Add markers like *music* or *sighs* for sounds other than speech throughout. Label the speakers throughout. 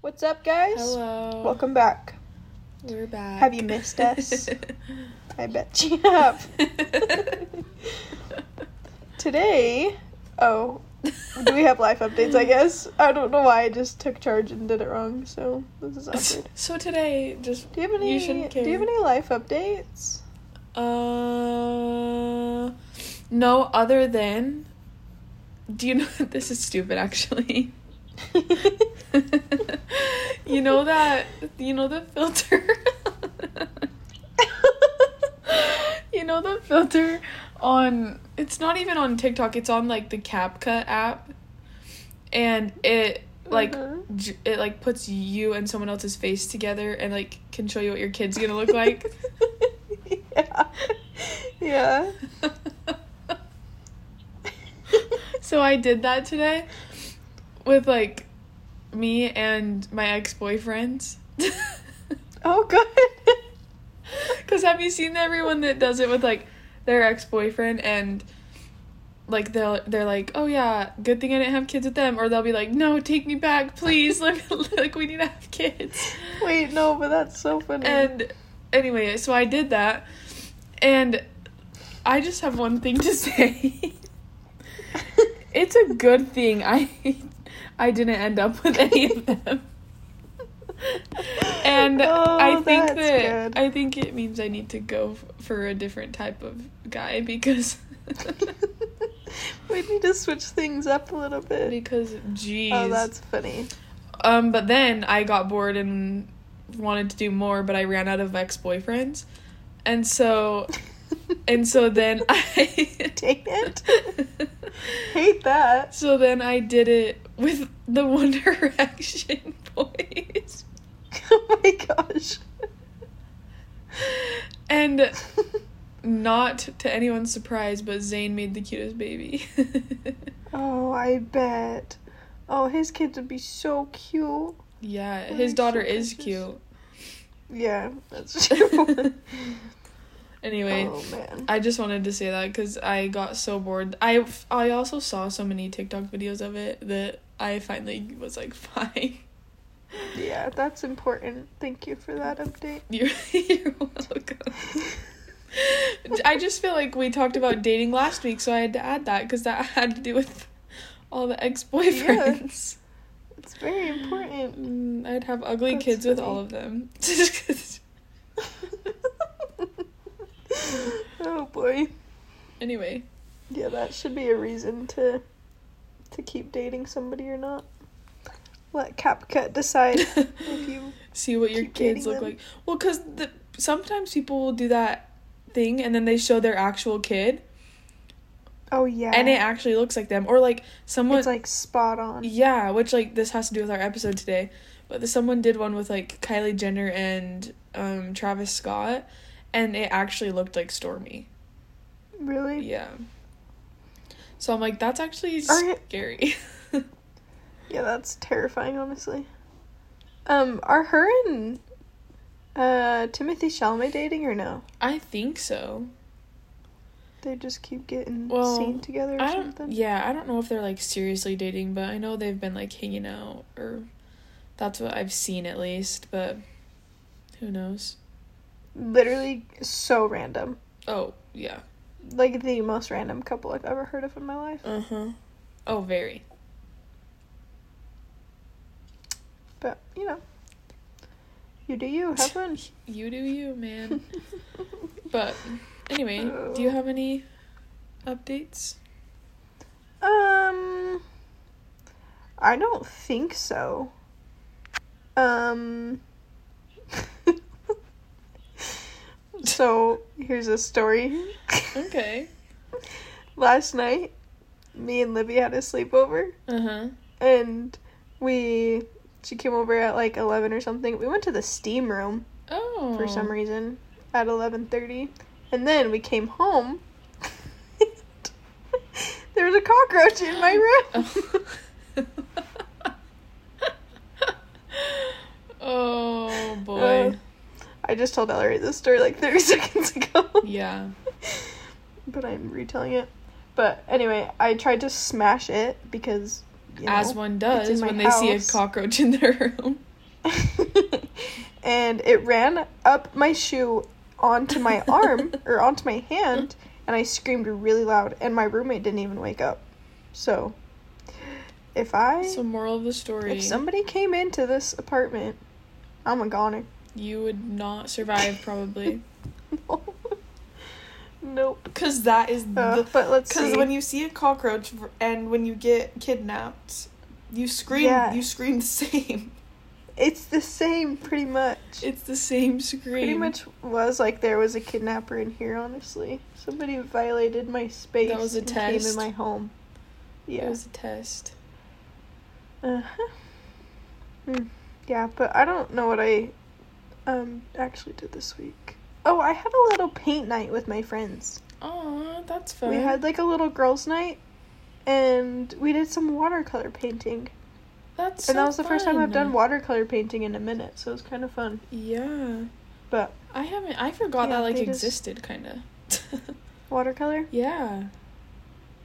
Speaker 1: What's up, guys?
Speaker 2: Hello.
Speaker 1: Welcome back.
Speaker 2: We're back.
Speaker 1: Have you missed
Speaker 2: *laughs*
Speaker 1: us? I bet you *laughs* have. Today, oh, do we have life updates? I guess I don't know why I just took charge and did it wrong. So this
Speaker 2: *laughs*
Speaker 1: is awkward.
Speaker 2: So today, just
Speaker 1: Do you have any?
Speaker 2: You shouldn't care.
Speaker 1: Do you have any life updates?
Speaker 2: uh, no other than. Do you know *laughs* this is stupid? Actually, *laughs* *laughs* you know that you know the filter. *laughs* you know the filter on it's not even on TikTok. It's on like the CapCut app, and it like
Speaker 1: Mhm.
Speaker 2: j- it like puts you and someone else's face together and like can show you what your kid's gonna look like.
Speaker 1: *laughs* yeah.
Speaker 2: *laughs*
Speaker 1: Yeah.
Speaker 2: so I did that today with like me and my ex *laughs* boyfriends.
Speaker 1: Oh, good.
Speaker 2: *laughs* Because have you seen everyone that does it with like their ex boyfriend and like they'll they're like oh yeah good thing I didn't have kids with them or they'll be like no take me back please *laughs* like like we need to have kids.
Speaker 1: Wait, no, but that's so funny.
Speaker 2: And anyway, so I did that, and I just have one thing to *laughs* say. it's a good thing I I didn't end up with any of them. And
Speaker 1: *laughs*
Speaker 2: I
Speaker 1: Oh,
Speaker 2: think
Speaker 1: that's
Speaker 2: that
Speaker 1: good.
Speaker 2: I think it means I need to go f- for a different type of guy because *laughs*
Speaker 1: *laughs* we need to switch things up a little bit.
Speaker 2: because jeez.
Speaker 1: Oh, that's funny.
Speaker 2: Um, but then I got bored and wanted to do more, but I ran out of ex boyfriends, and so Oh, and
Speaker 1: *laughs*
Speaker 2: so then I
Speaker 1: Dang it. Hate that. *laughs*
Speaker 2: so then I did it with the *laughs* One Direction boys,
Speaker 1: Oh my gosh. *laughs*
Speaker 2: and not to anyone's surprise, but Zayn made the cutest baby. *laughs*
Speaker 1: oh, I bet. Oh, his kids would be so cute.
Speaker 2: yeah,
Speaker 1: Oh,
Speaker 2: his
Speaker 1: so
Speaker 2: daughter is
Speaker 1: precious.
Speaker 2: cute.
Speaker 1: Yeah, that's *laughs* true.
Speaker 2: *laughs* anyway,
Speaker 1: oh man.
Speaker 2: I just wanted to say that because I got so bored. I I also saw so many TikTok videos of it that I finally was like, *laughs* fine.
Speaker 1: Yeah, that's important. Thank you for that update.
Speaker 2: You're, you're welcome. *laughs* I just feel like we talked about dating last week, so I had to add that because that *laughs* had to do with all the ex boyfriends.
Speaker 1: It's very important.
Speaker 2: Mm, I'd have ugly
Speaker 1: That's
Speaker 2: kids with
Speaker 1: funny.
Speaker 2: all of them. *laughs*
Speaker 1: oh boy.
Speaker 2: anyway,
Speaker 1: Yeah, that should be a reason to to keep dating somebody or not. Let CapCut
Speaker 2: *laughs*
Speaker 1: decide if you
Speaker 2: see what your
Speaker 1: Keep dating
Speaker 2: kids look
Speaker 1: them.
Speaker 2: like. Well, because the, sometimes people will do that thing and then they show their actual kid.
Speaker 1: Oh yeah.
Speaker 2: and it actually looks like them or like someone
Speaker 1: it's like spot on.
Speaker 2: yeah which like this has to do with our episode today but the, someone did one with like kylie jenner and um travis scott and it actually looked like stormy
Speaker 1: Really?
Speaker 2: yeah so i'm like that's actually
Speaker 1: Alright.
Speaker 2: scary *laughs*
Speaker 1: Yeah, that's terrifying honestly. Um, are her and uh Timothy Chalamet dating or no?
Speaker 2: i think so
Speaker 1: They just keep getting
Speaker 2: Well,
Speaker 1: seen together or
Speaker 2: i don't
Speaker 1: something.
Speaker 2: yeah i don't know if they're like seriously dating but i know they've been like hanging out or that's what i've seen at least but who knows
Speaker 1: Literally so random.
Speaker 2: oh yeah
Speaker 1: Like the most random couple I've ever heard of in my life.
Speaker 2: uh-huh oh very
Speaker 1: But you know. You do you, have fun.
Speaker 2: You do you,
Speaker 1: *laughs*
Speaker 2: man. but anyway, do you
Speaker 1: Oh.
Speaker 2: have any updates?
Speaker 1: Um, I don't think so. Um, so here's a story.
Speaker 2: Okay.
Speaker 1: *laughs* Last night, me and Libby had a sleepover,
Speaker 2: Uh huh.
Speaker 1: and we she came over at like eleven or something. We went to the steam room
Speaker 2: Oh.
Speaker 1: for some
Speaker 2: *gasps*
Speaker 1: reason at eleven thirty, and then we came home. *laughs* there was a cockroach in
Speaker 2: *laughs*
Speaker 1: my room. *laughs*
Speaker 2: oh *laughs* boy.
Speaker 1: Uh, I just told Ellery this story like 30 *laughs* seconds ago.
Speaker 2: yeah.
Speaker 1: But I'm retelling it. But anyway, I tried to smash it because, you know,
Speaker 2: As one does
Speaker 1: in my
Speaker 2: when they see a
Speaker 1: house.
Speaker 2: cockroach in their *laughs* room.
Speaker 1: *laughs* and it ran up my shoe onto my
Speaker 2: *laughs*
Speaker 1: arm or onto my hand, and I screamed really loud, and my roommate didn't even wake up. So, if I
Speaker 2: So moral of the story:
Speaker 1: if somebody came into this apartment, I'm a goner. *laughs*
Speaker 2: you would not survive probably,
Speaker 1: nope.
Speaker 3: Because that is
Speaker 1: Uh,
Speaker 3: the.
Speaker 1: but let's see.
Speaker 3: Because when you see a cockroach v- and when you get kidnapped, you scream.
Speaker 1: Yeah.
Speaker 3: You scream the
Speaker 2: *laughs*
Speaker 3: same.
Speaker 1: it's the same, pretty much.
Speaker 2: it's the same scream.
Speaker 1: pretty much was like there was a kidnapper in here. Honestly, somebody violated my space.
Speaker 2: was a
Speaker 1: and Came in
Speaker 2: test.
Speaker 1: my home.
Speaker 2: It
Speaker 1: Yeah.
Speaker 2: was a test.
Speaker 1: uh-huh. Hmm. Yeah, but I don't know what I um actually did this week. Oh, I had a little paint night with my friends.
Speaker 2: Aw, that's fun.
Speaker 1: We had like a little girls' night, and we did some watercolor painting.
Speaker 2: that's
Speaker 1: and that
Speaker 2: so
Speaker 1: was the first time I've done
Speaker 2: fun.
Speaker 1: watercolor painting in a minute, so it was kind of fun.
Speaker 2: Yeah,
Speaker 1: But
Speaker 2: I haven't. I forgot
Speaker 1: Yeah,
Speaker 2: that like
Speaker 1: they just-
Speaker 2: existed, kind of.
Speaker 1: watercolor.
Speaker 2: *laughs* yeah.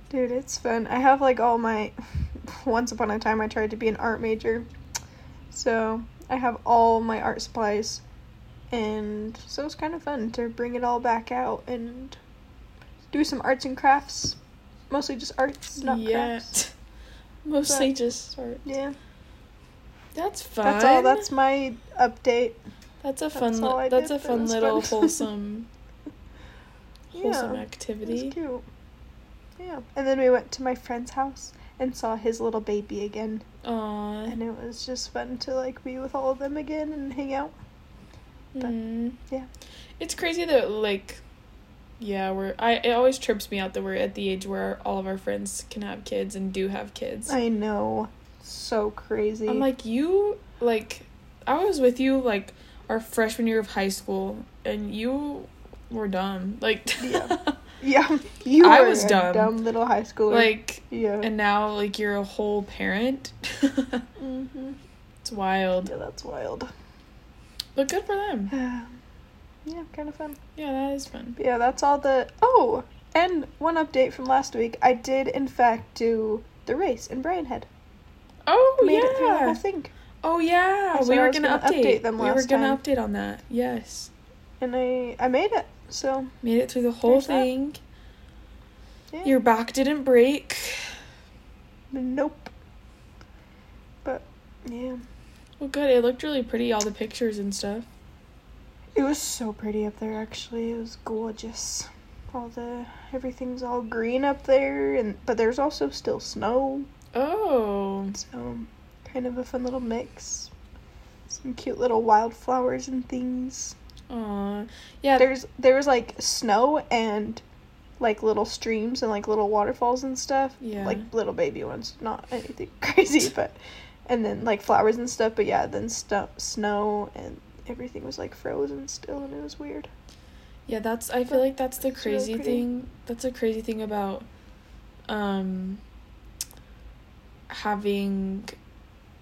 Speaker 1: Dude, it's fun. I have like all my. *laughs* Once upon a time, I tried to be an art major. So I have all my art supplies. And so it's kind of fun to bring it all back out and do some arts and crafts. Mostly just arts, not crafts.
Speaker 2: *laughs* Mostly just sort.
Speaker 1: Yeah.
Speaker 2: That's fun.
Speaker 1: That's all. That's my update.
Speaker 2: that's a
Speaker 1: that's
Speaker 2: fun. li-
Speaker 1: all I
Speaker 2: that's
Speaker 1: did
Speaker 2: a
Speaker 1: that
Speaker 2: fun
Speaker 1: was *laughs*
Speaker 2: little
Speaker 1: fun.
Speaker 2: wholesome,
Speaker 1: Yeah.
Speaker 2: wholesome
Speaker 1: It was
Speaker 2: activity.
Speaker 1: cute. Yeah. And then we went to my friend's house and saw his little baby again.
Speaker 2: Aw.
Speaker 1: And it was just fun to like be with all of them again and hang out. but-
Speaker 2: mm.
Speaker 1: yeah.
Speaker 2: It's crazy that like, yeah, we're. I it always trips me out that we're at the age where all of our friends can have kids and do have kids.
Speaker 1: I know. So crazy.
Speaker 2: I'm like you like I was with you like our freshman year of high school and you were dumb. Like *laughs*
Speaker 1: Yeah. *laughs* yeah, you
Speaker 2: I
Speaker 1: were
Speaker 2: was
Speaker 1: a
Speaker 2: dumb.
Speaker 1: little high schooler.
Speaker 2: like
Speaker 1: yeah.
Speaker 2: and now like you're a whole parent. *laughs*
Speaker 1: hmm
Speaker 2: it's wild.
Speaker 1: Yeah, that's wild. *sighs*
Speaker 2: But good for them.
Speaker 1: yeah, kind of fun.
Speaker 2: Yeah, that is fun.
Speaker 1: But yeah, that's all the. Oh, and one update from last week. I did, in fact, do the race in Brianhead.
Speaker 2: Oh
Speaker 1: Made
Speaker 2: yeah.
Speaker 1: it through the whole thing.
Speaker 2: Oh yeah.
Speaker 1: I said
Speaker 2: we
Speaker 1: I
Speaker 2: were
Speaker 1: was
Speaker 2: gonna,
Speaker 1: gonna
Speaker 2: update.
Speaker 1: update them
Speaker 2: we were
Speaker 1: last
Speaker 2: gonna
Speaker 1: time.
Speaker 2: update on that. Yes.
Speaker 1: And I, I made it. So,
Speaker 2: Made it through the whole
Speaker 1: There's that.
Speaker 2: thing.
Speaker 1: yeah.
Speaker 2: Your back didn't break.
Speaker 1: Nope. But, yeah.
Speaker 2: Well good. It looked really pretty, all the pictures and stuff.
Speaker 1: It was so pretty up there actually. It was gorgeous. All the everything's all green up there and but there's also still snow.
Speaker 2: Oh.
Speaker 1: So kind of a fun little mix. Some cute little wildflowers and things.
Speaker 2: Aw. Yeah,
Speaker 1: There's there was like snow and like little streams and like little waterfalls and stuff.
Speaker 2: Yeah.
Speaker 1: Like little baby ones, not anything *laughs* crazy, but and then like flowers and stuff, but yeah, then stu- snow and everything was like frozen still and it was weird.
Speaker 2: Yeah, that's I feel like that's the
Speaker 1: It's really
Speaker 2: crazy
Speaker 1: pretty.
Speaker 2: thing. That's a crazy thing about um having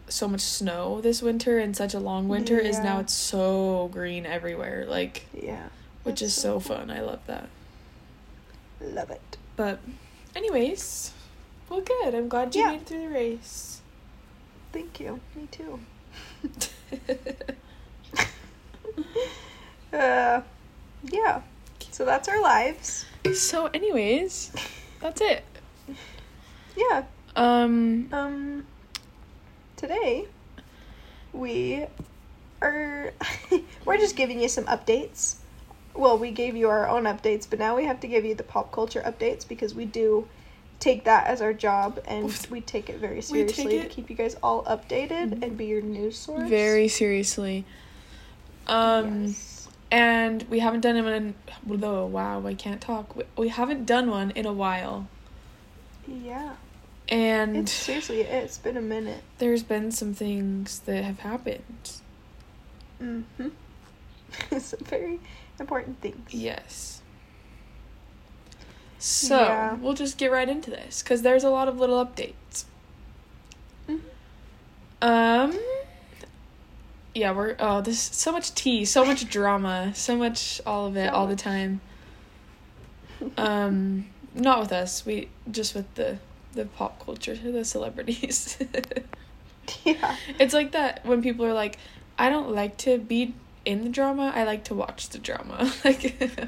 Speaker 2: so much snow this winter and such a long winter is now
Speaker 1: Yeah.
Speaker 2: it's so green everywhere, like
Speaker 1: Yeah.
Speaker 2: which
Speaker 1: That's
Speaker 2: is so
Speaker 1: cool.
Speaker 2: fun. I love that.
Speaker 1: Love it.
Speaker 2: But anyways, well good. I'm glad you
Speaker 1: Yeah.
Speaker 2: made it through the race. *laughs*
Speaker 1: Thank you. Me too. Uh, yeah. So that's our lives.
Speaker 2: so anyways, that's it.
Speaker 1: Yeah.
Speaker 2: Um
Speaker 1: Um. Today, we are *laughs* we're just giving you some updates. Well, we gave you our own updates, but now we have to give you the pop culture updates because we do take that as our job and we take it very
Speaker 3: We take
Speaker 1: seriously to
Speaker 3: it-
Speaker 1: keep you guys all updated and be your news source.
Speaker 2: Mm-hmm. very seriously. Um
Speaker 1: Yes.
Speaker 2: and we haven't done one. In, oh, wow, I can't talk. We, we haven't done one in a while,
Speaker 1: Yeah.
Speaker 2: and
Speaker 1: It's seriously. It's been a minute.
Speaker 2: there's been some things that have happened.
Speaker 1: Mm-hmm. *laughs* Some very important things.
Speaker 2: Yes. So
Speaker 1: Yeah.
Speaker 2: we'll just get right into this because there's a lot of little updates.
Speaker 1: Mhm.
Speaker 2: Um. Yeah, we're oh, this so much tea, so much drama, so much all of it,
Speaker 1: So
Speaker 2: all
Speaker 1: much.
Speaker 2: the time. Um, not with us. We just with the the pop culture, the celebrities. *laughs*
Speaker 1: Yeah.
Speaker 2: It's like that when people are like, I don't like to be in the drama. I like to watch the drama. *laughs* like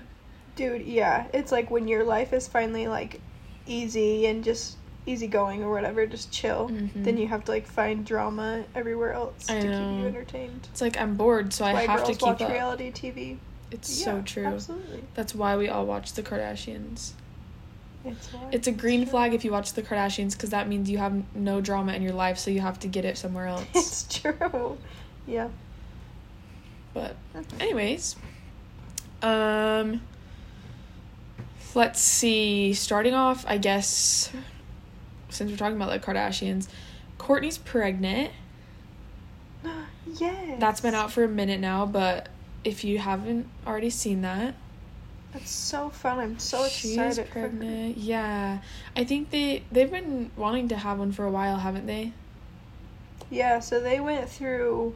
Speaker 1: Dude, yeah. It's like when your life is finally like easy and just easygoing or whatever, just chill.
Speaker 2: Mhm.
Speaker 1: Then you have to like find drama everywhere else
Speaker 2: I
Speaker 1: to keep
Speaker 2: know.
Speaker 1: you entertained.
Speaker 2: it's like I'm bored, so I
Speaker 1: Why
Speaker 2: have
Speaker 1: girls
Speaker 2: to keep
Speaker 1: watch
Speaker 2: up.
Speaker 1: reality TV?
Speaker 2: It's
Speaker 1: Yeah,
Speaker 2: so true.
Speaker 1: Absolutely.
Speaker 2: That's why we all watch the Kardashians.
Speaker 1: It's why.
Speaker 2: It's a green
Speaker 1: true.
Speaker 2: flag if you watch the Kardashians because that means you have no drama in your life, so you have to get it somewhere else.
Speaker 1: *laughs* *laughs* It's true. Yeah.
Speaker 2: but anyways, um let's see. Starting off, I guess since we're talking about the Kardashians, Courtney's pregnant.
Speaker 1: *gasps* yes.
Speaker 2: That's been out for a minute now, but if you haven't already seen that,
Speaker 1: That's so fun. I'm so
Speaker 2: She's
Speaker 1: excited. for her.
Speaker 2: pregnant. Yeah, I think they they've been wanting to have one for a while, haven't they?
Speaker 1: Yeah, so they went through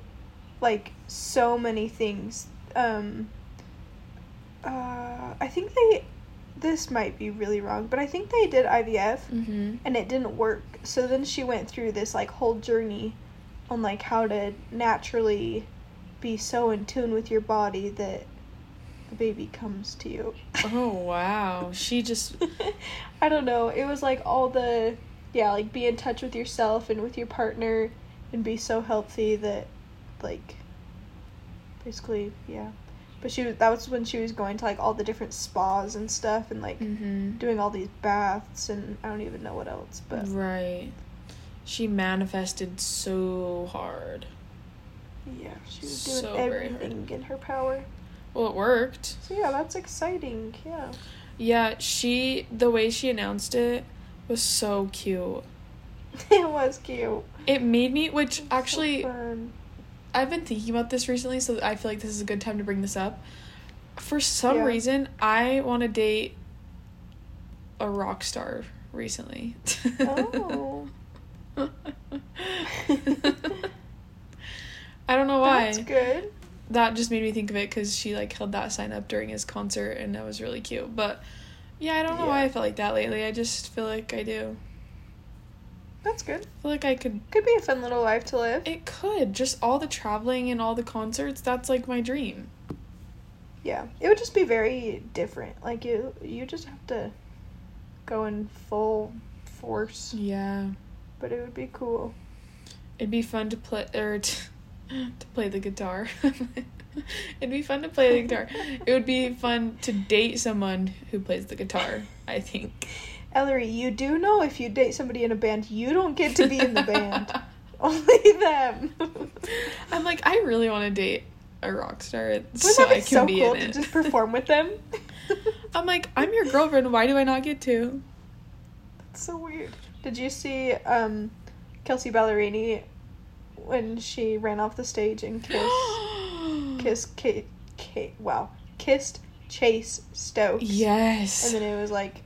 Speaker 1: like so many things. Um uh I think they this might be really wrong, but I think they did IVF
Speaker 2: Mm-hmm.
Speaker 1: and it didn't work. So then she went through this like whole journey on like how to naturally be so in tune with your body that the baby comes to you.
Speaker 2: Oh wow, she just
Speaker 1: *laughs* I don't know. It was like all the yeah, like be in touch with yourself and with your partner and be so healthy that like basically, yeah. But she was that was when she was going to like all the different spas and stuff and like
Speaker 2: mm-hmm.
Speaker 1: doing all these baths and I don't even know what else, but
Speaker 2: right. She manifested so hard.
Speaker 1: yeah, she was doing
Speaker 2: Mm-hmm. So very hard.
Speaker 1: everything in her power.
Speaker 2: Well, it worked.
Speaker 1: So yeah, that's exciting. Yeah. *laughs*
Speaker 2: Yeah, she the way she announced it was so cute.
Speaker 1: it was cute.
Speaker 2: It made me, which
Speaker 1: So
Speaker 2: actually *laughs*
Speaker 1: fun.
Speaker 2: I've been thinking about this recently, so I feel like this is a good time to bring this up. For some
Speaker 1: Yeah.
Speaker 2: reason, I want to date a rock star recently. *laughs*
Speaker 1: Oh. *laughs*
Speaker 2: I don't know why.
Speaker 1: That's good.
Speaker 2: That just made me think of it because she like held that sign up during his concert, and that was really cute. But yeah, I don't know why
Speaker 1: Yeah.
Speaker 2: I felt like that lately. I just feel like I do.
Speaker 1: That's good.
Speaker 2: I feel like I could.
Speaker 1: Could be a fun little life to live.
Speaker 2: It could just all the traveling and all the concerts. That's like my dream.
Speaker 1: Yeah, it would just be very different. Like you, you just have to go in full force,
Speaker 2: Yeah.
Speaker 1: but it would be cool.
Speaker 2: It'd be fun to play or to, *laughs* to play the guitar. *laughs* It'd be fun to play the guitar. It would be fun to date someone who plays the guitar. I think
Speaker 1: Ellery, you do know if you date somebody in a band, you don't get to be
Speaker 2: *laughs*
Speaker 1: in the band. Only them.
Speaker 2: I'm like, I really want to date a rock star,
Speaker 1: Wouldn't
Speaker 2: so
Speaker 1: that be
Speaker 2: I can
Speaker 1: so
Speaker 2: be
Speaker 1: cool
Speaker 2: in
Speaker 1: to
Speaker 2: it.
Speaker 1: just perform with them?
Speaker 2: *laughs*
Speaker 1: *laughs*
Speaker 2: I'm like, I'm your girlfriend. Why do I not get to?
Speaker 1: That's so weird. Did you see um, Kelsey Ballerini when she ran off the stage
Speaker 2: *gasps*
Speaker 1: and kissed kissed Kate? Kate? Wow, kissed Chase Stokes.
Speaker 2: Yes.
Speaker 1: And then it was like,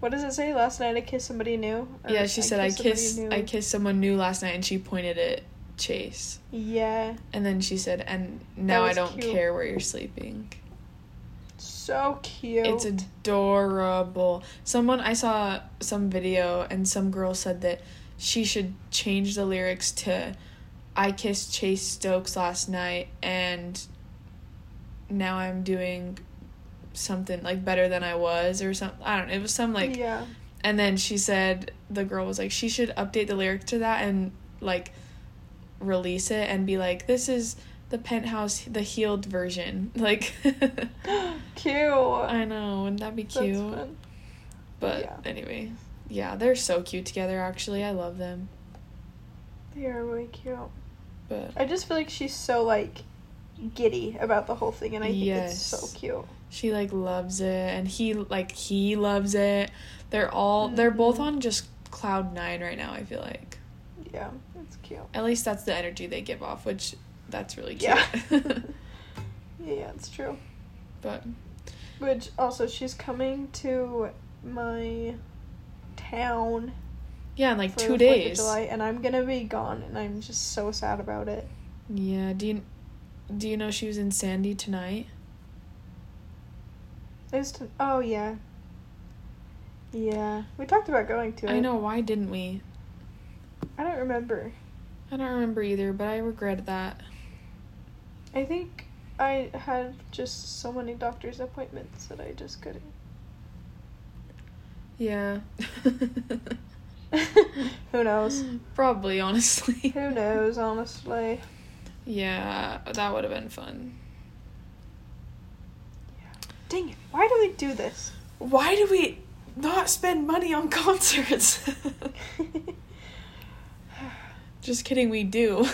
Speaker 1: what does it say? Last night I kissed somebody new. Or,
Speaker 2: yeah, she said I
Speaker 1: uh, somebody
Speaker 2: kissed
Speaker 1: new."
Speaker 2: I kissed someone new last night, and she pointed at Chase,
Speaker 1: Yeah,
Speaker 2: and then she said, and now I
Speaker 1: was
Speaker 2: don't
Speaker 1: cute.
Speaker 2: care where you're sleeping.
Speaker 1: so cute.
Speaker 2: It's adorable. Someone I saw some video and some girl said that she should change the lyrics to I kissed Chase Stokes last night and now I'm doing something like better than I was or something. I don't know. It was some like
Speaker 1: yeah, *gasps*
Speaker 2: and then she said the girl was like she should update the lyric to that and like release it and be like this is the penthouse the healed version. *laughs* Like
Speaker 1: cute.
Speaker 2: I know, wouldn't that be
Speaker 1: That's
Speaker 2: cute?
Speaker 1: fun.
Speaker 2: But
Speaker 1: Yeah.
Speaker 2: anyway, yeah, they're so cute together. Actually, I love them.
Speaker 1: They are really cute.
Speaker 2: But
Speaker 1: I just feel like she's so like giddy about the whole thing, and I think it's
Speaker 2: Yes.
Speaker 1: so cute.
Speaker 2: she like loves it, and he like he loves it. They're all they're both
Speaker 1: Mhm.
Speaker 2: on just cloud nine right now. I feel like
Speaker 1: Yeah, it's cute.
Speaker 2: at least that's the energy they give off, which that's really cute. *laughs*
Speaker 1: Yeah. Yeah, it's true.
Speaker 2: but
Speaker 1: Which also, she's coming to my town
Speaker 2: yeah, in like
Speaker 1: for
Speaker 2: two
Speaker 1: the 4th of
Speaker 2: days.
Speaker 1: July, and I'm gonna be gone, and I'm just so sad about it.
Speaker 2: Yeah. Do you do you know she was in Sandy tonight?
Speaker 1: Is to oh yeah. Yeah, we talked about going to it.
Speaker 2: I know. Why didn't we?
Speaker 1: I don't remember.
Speaker 2: I don't remember either, but I regret that.
Speaker 1: I think I had just so many doctor's appointments that I just couldn't. *laughs*
Speaker 2: Yeah. *laughs*
Speaker 1: Who knows?
Speaker 2: *gasps* Probably, honestly.
Speaker 1: Who knows, honestly.
Speaker 2: Yeah, that would have been fun.
Speaker 1: Dang it. Why do we do this? *laughs*
Speaker 4: Why do we not spend money on *laughs* concerts?
Speaker 2: *laughs* Just kidding, we do.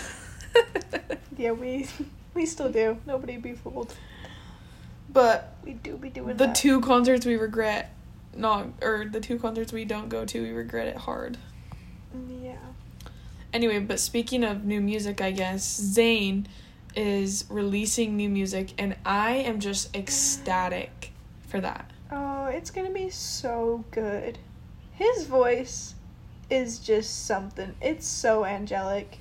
Speaker 2: *laughs*
Speaker 1: yeah, we *laughs* we still do. Nobody be fooled.
Speaker 4: but
Speaker 1: We do be doing
Speaker 2: the
Speaker 1: that.
Speaker 2: two concerts we regret not or the two concerts we don't go to, we regret it hard.
Speaker 1: Mm, Yeah.
Speaker 2: Anyway, but speaking of new music, I guess Zayn is releasing new music and I am just ecstatic for that.
Speaker 1: Oh, it's gonna be so good. His voice is just something. It's so angelic.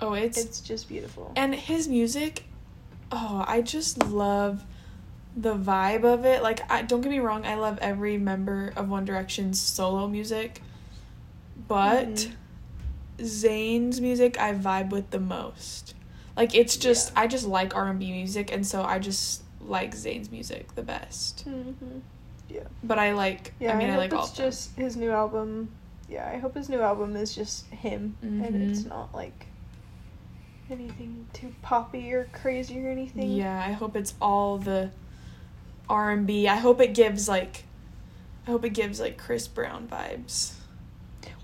Speaker 2: Oh, it's
Speaker 1: It's just beautiful.
Speaker 2: and his music oh i just love the vibe of it like i don't get me wrong i love every member of one direction's solo music but
Speaker 1: Mhm.
Speaker 2: zayn's music i vibe with the most like it's just i just like r&b music and so i just like zayn's music the best
Speaker 1: Mm-hmm.
Speaker 2: but i like
Speaker 1: Yeah,
Speaker 2: i
Speaker 1: I,
Speaker 2: mean i,
Speaker 1: hope
Speaker 2: like all
Speaker 1: it's just his new album. Yeah, I hope his new album is just him and it's
Speaker 2: Mhm.
Speaker 1: not like anything too poppy or crazy or anything.
Speaker 2: Yeah, I hope it's all the R and B. I hope it gives like, I hope it gives like Chris Brown vibes.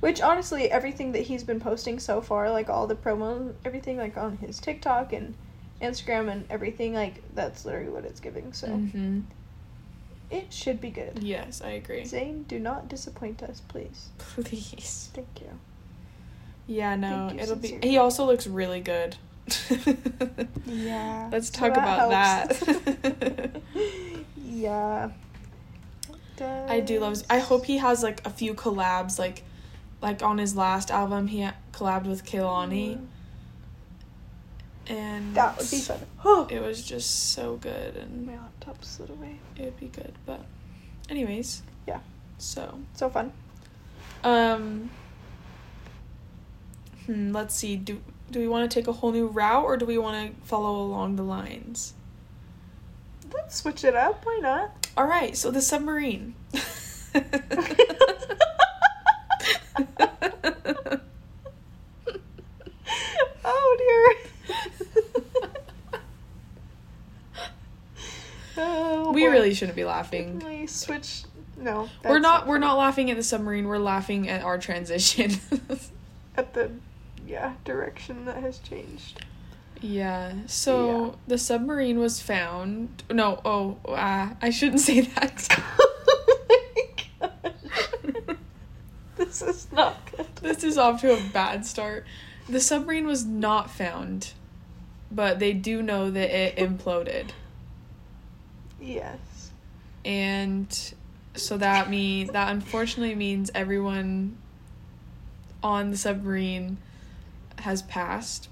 Speaker 1: Which honestly, everything that he's been posting so far, like all the promo, everything like on his TikTok and Instagram and everything, like that's literally what it's giving. So
Speaker 2: Mm-hmm.
Speaker 1: it should be good.
Speaker 2: Yes, I agree.
Speaker 1: Zayn, do not disappoint us, *laughs* please.
Speaker 2: Please.
Speaker 1: Thank
Speaker 2: *laughs*
Speaker 1: you.
Speaker 2: Yeah, no,
Speaker 1: Thank you
Speaker 2: it'll be.
Speaker 1: sincerely.
Speaker 2: He also looks really good.
Speaker 1: Yeah.
Speaker 2: *laughs* Let's
Speaker 1: so
Speaker 2: talk about
Speaker 1: helps. *laughs*
Speaker 2: that.
Speaker 1: yeah.
Speaker 2: I do love. I hope he has like a few collabs, like, like on his last album he ha- collabed with Kehlani, and
Speaker 1: Mm. Mm-hmm. That would be fun. Oh,
Speaker 2: It was just so good, and
Speaker 1: my laptop slid away.
Speaker 2: it would be good. But, anyways.
Speaker 1: Yeah.
Speaker 2: So,
Speaker 1: So fun.
Speaker 2: um, hmm, let's see. Do do we want to take a whole new route, or do we want to follow along the lines?
Speaker 1: Let's switch it up. Why not? *laughs*
Speaker 2: All right. So the submarine.
Speaker 1: oh
Speaker 2: *laughs*
Speaker 1: dear. Oh,
Speaker 2: we
Speaker 1: boy.
Speaker 2: really shouldn't be laughing.
Speaker 1: Definitely switch. No,
Speaker 2: We're
Speaker 1: that's
Speaker 2: not. We're not laughing at the submarine. We're laughing at our transition. *laughs*
Speaker 1: at the yeah direction that has
Speaker 2: *laughs*
Speaker 1: changed. *laughs*
Speaker 2: Yeah. So the submarine was found. No. Oh, uh, I shouldn't *laughs* say that.
Speaker 1: Oh my God. *laughs* this is not good.
Speaker 2: this is off to a bad start. The submarine was not found, but they do know that it imploded,
Speaker 1: Yes. *laughs*
Speaker 2: and so that mean that unfortunately means everyone on the submarine has passed.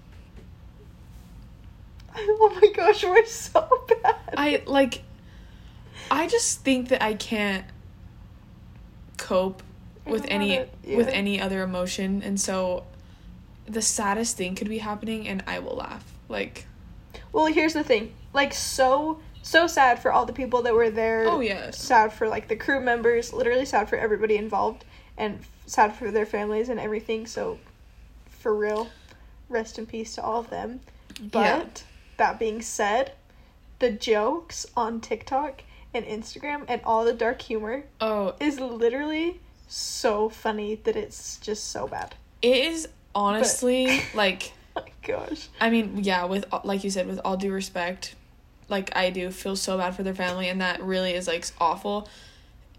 Speaker 1: Oh my gosh, we're so bad.
Speaker 2: I like. I just think that I can't cope
Speaker 1: I
Speaker 2: with
Speaker 1: don't
Speaker 2: any
Speaker 1: have it.
Speaker 2: with
Speaker 1: Yeah.
Speaker 2: any other emotion, and so the saddest thing could be happening, and I will laugh. Like,
Speaker 1: Well, here's the thing. Like so so sad for all the people that were there.
Speaker 2: oh yes,
Speaker 1: Sad for like the crew members, literally sad for everybody involved and f- sad for their families and everything. So for real, rest in peace to all of them. But that being said, the jokes on TikTok and Instagram and all the dark humor
Speaker 2: oh,
Speaker 1: is literally so funny that it's just so bad.
Speaker 2: it is honestly
Speaker 1: *laughs*
Speaker 2: like.
Speaker 1: Oh my gosh.
Speaker 2: I mean, yeah, with like you said, with all due respect, like I do feel so bad for their family, and that really is like awful.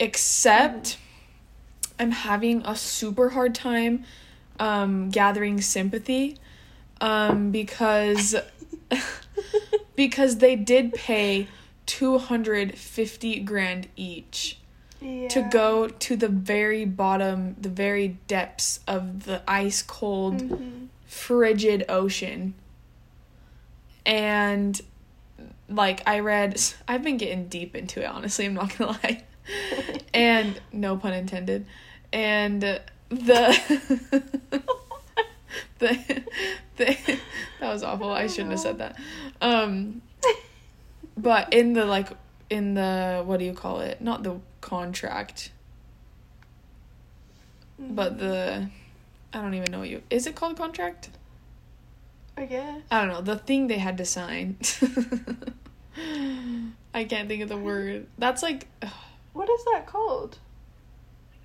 Speaker 2: Except, I'm having a super hard time um, gathering sympathy um, because *laughs* because they did pay two hundred fifty grand each
Speaker 1: Yeah.
Speaker 2: to go to the very bottom, the very depths of the ice cold
Speaker 1: Mhm.
Speaker 2: frigid ocean. And like I read *laughs* I've been getting deep into it honestly, I'm not going to lie. and no pun intended. And the *laughs* the, the that was awful. I shouldn't have said that. Um But in the like in the what do you call it? Not the contract, but the I don't even know what you is it called contract?
Speaker 1: I guess.
Speaker 2: I don't know, the thing they had to sign. *laughs* I can't think of the word. That's like
Speaker 1: What is that called?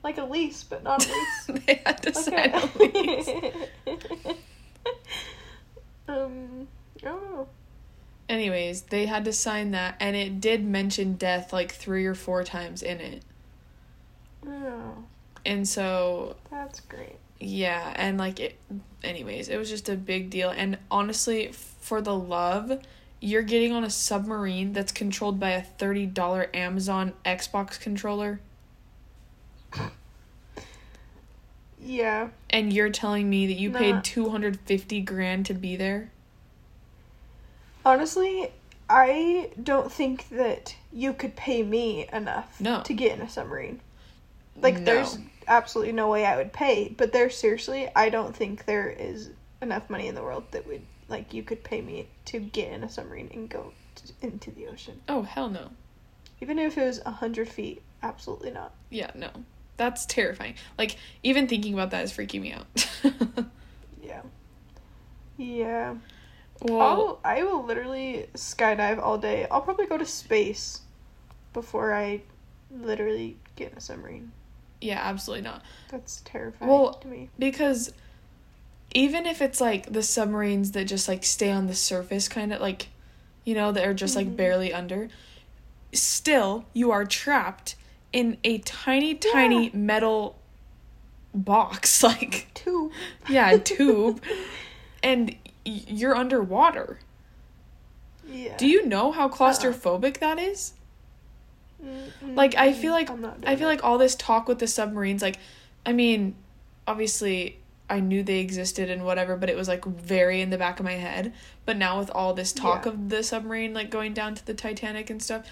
Speaker 1: Like a lease, but
Speaker 2: *laughs*
Speaker 1: not a lease. *laughs*
Speaker 2: they had to
Speaker 1: Okay.
Speaker 2: sign a lease.
Speaker 1: um. Oh.
Speaker 2: Anyways, they had to sign that and it did mention death like three or four times in it.
Speaker 1: Oh.
Speaker 2: And so
Speaker 1: That's great.
Speaker 2: Yeah, and like it anyways, it was just a big deal and honestly for the love, you're getting on a submarine that's controlled by a $30 Amazon Xbox controller
Speaker 1: Yeah.
Speaker 2: and you're telling me that you
Speaker 1: Nah.
Speaker 2: paid 250 grand to be there?
Speaker 1: Honestly, I don't think that you could pay me enough
Speaker 2: No.
Speaker 1: to get in a submarine. Like,
Speaker 2: No.
Speaker 1: there's absolutely no way I would pay, but there's seriously, I don't think there is enough money in the world that would, like, you could pay me to get in a submarine and go t- into the ocean.
Speaker 2: Oh, hell no.
Speaker 1: Even if it was 100 feet, absolutely not.
Speaker 2: Yeah, no. That's terrifying. Like even thinking about that is freaking me out. *laughs*
Speaker 1: Yeah. Yeah.
Speaker 2: well,
Speaker 1: I'll, I will literally skydive all day. I'll probably go to space before I literally get in a submarine.
Speaker 2: yeah, absolutely not.
Speaker 1: That's terrifying
Speaker 2: Well,
Speaker 1: to me.
Speaker 2: because even if it's like the submarines that just like stay on the surface kind of like you know that are just like
Speaker 1: Mhm.
Speaker 2: barely under still you are trapped in a tiny tiny
Speaker 1: Yeah.
Speaker 2: metal box *laughs* like
Speaker 1: Two.
Speaker 2: yeah tube and y- you're underwater
Speaker 1: *laughs* Yeah.
Speaker 2: do you know how claustrophobic that is
Speaker 1: Mm-mm.
Speaker 2: like i feel like
Speaker 1: I'm not doing
Speaker 2: i feel
Speaker 1: it.
Speaker 2: like all this talk with the submarines like i mean obviously i knew they existed and whatever but it was like very in the back of my head but now with all this talk
Speaker 1: Yeah.
Speaker 2: of the submarine like going down to the titanic and stuff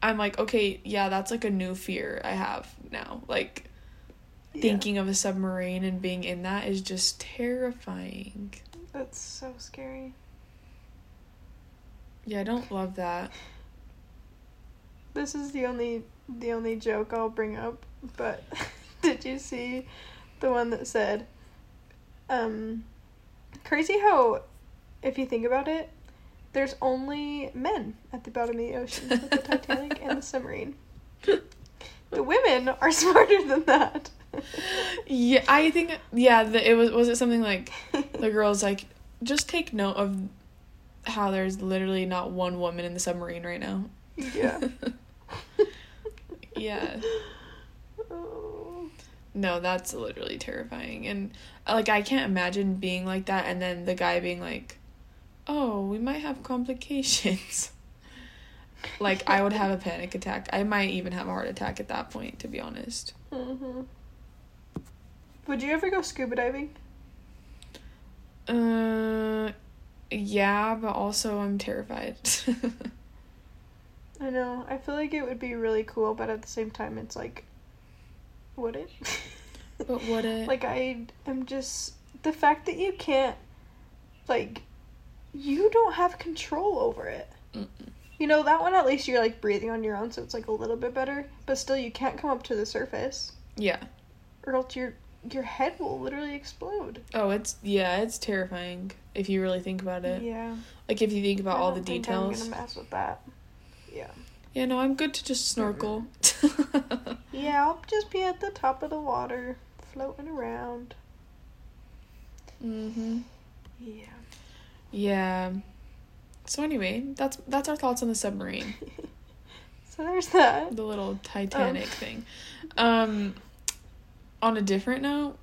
Speaker 2: i'm like okay yeah that's like a new fear i have now like
Speaker 1: Yeah,
Speaker 2: thinking of a submarine and being in that is just terrifying
Speaker 1: That's so scary.
Speaker 2: yeah i don't
Speaker 1: *laughs*
Speaker 2: love that
Speaker 1: This is the only the only joke I'll bring up, but *laughs* did you see the one that said um crazy how if you think about it, there's only men at the bottom of the ocean with the Titanic and the submarine. The women are *laughs* smarter than that.
Speaker 2: yeah i think yeah the, it was was it something like the girl's like, just take note of how there's literally not one woman in the submarine right now.
Speaker 1: *laughs* yeah.
Speaker 2: *laughs* yeah.
Speaker 1: Oh.
Speaker 2: No, that's literally terrifying. And uh, like I can't imagine being like that and then the guy being like, "Oh, we might have complications." *laughs* like I would have a panic attack. I might even have a heart attack at that point, to be honest.
Speaker 1: hmm Would you ever go scuba diving?
Speaker 2: Uh yeah, but also I'm terrified. *laughs*
Speaker 1: I know. I feel like it would be really cool, but at the same time, it's like, would *laughs* it?
Speaker 2: but what it
Speaker 1: like, I am just. The fact that you can't. Like, you don't have control over it.
Speaker 2: Mm-mm.
Speaker 1: You know, that one at least you're like breathing on your own, so it's like a little bit better, but still you can't come up to the surface,
Speaker 2: yeah.
Speaker 1: or else your, your head will literally explode.
Speaker 2: Oh, it's yeah, it's terrifying if you really think about it.
Speaker 1: Yeah.
Speaker 2: Like if you think about
Speaker 1: I
Speaker 2: all the
Speaker 1: don't think I'm
Speaker 2: details.
Speaker 1: gonna mess with that. Yeah.
Speaker 2: Yeah, no, I'm good to just snorkel. *laughs*
Speaker 1: Yeah, I'll just be at the top of the water, floating around. Mm-hmm.
Speaker 2: mhm.
Speaker 1: Yeah.
Speaker 2: Yeah. So anyway, that's that's our thoughts on the submarine,
Speaker 1: *laughs* So there's that.
Speaker 2: the little Titanic
Speaker 1: Oh.
Speaker 2: thing. Um on a different note,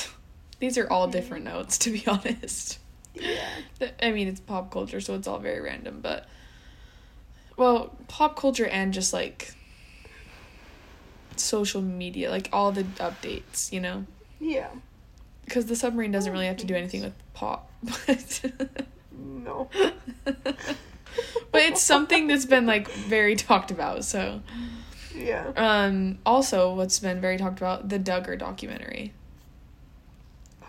Speaker 2: *laughs* these are all
Speaker 1: Mhm.
Speaker 2: different notes to be *laughs* honest.
Speaker 1: Yeah.
Speaker 2: Th- I mean, it's pop culture, so it's all very random, but well, pop culture and just like social media, like all the updates, you know?
Speaker 1: Yeah.
Speaker 2: Because the submarine doesn't really have to do anything with pop, *laughs* but
Speaker 1: No.
Speaker 2: but it's something that's been like very talked about. So,
Speaker 1: Yeah.
Speaker 2: um, also what's been very talked about the Duggar documentary.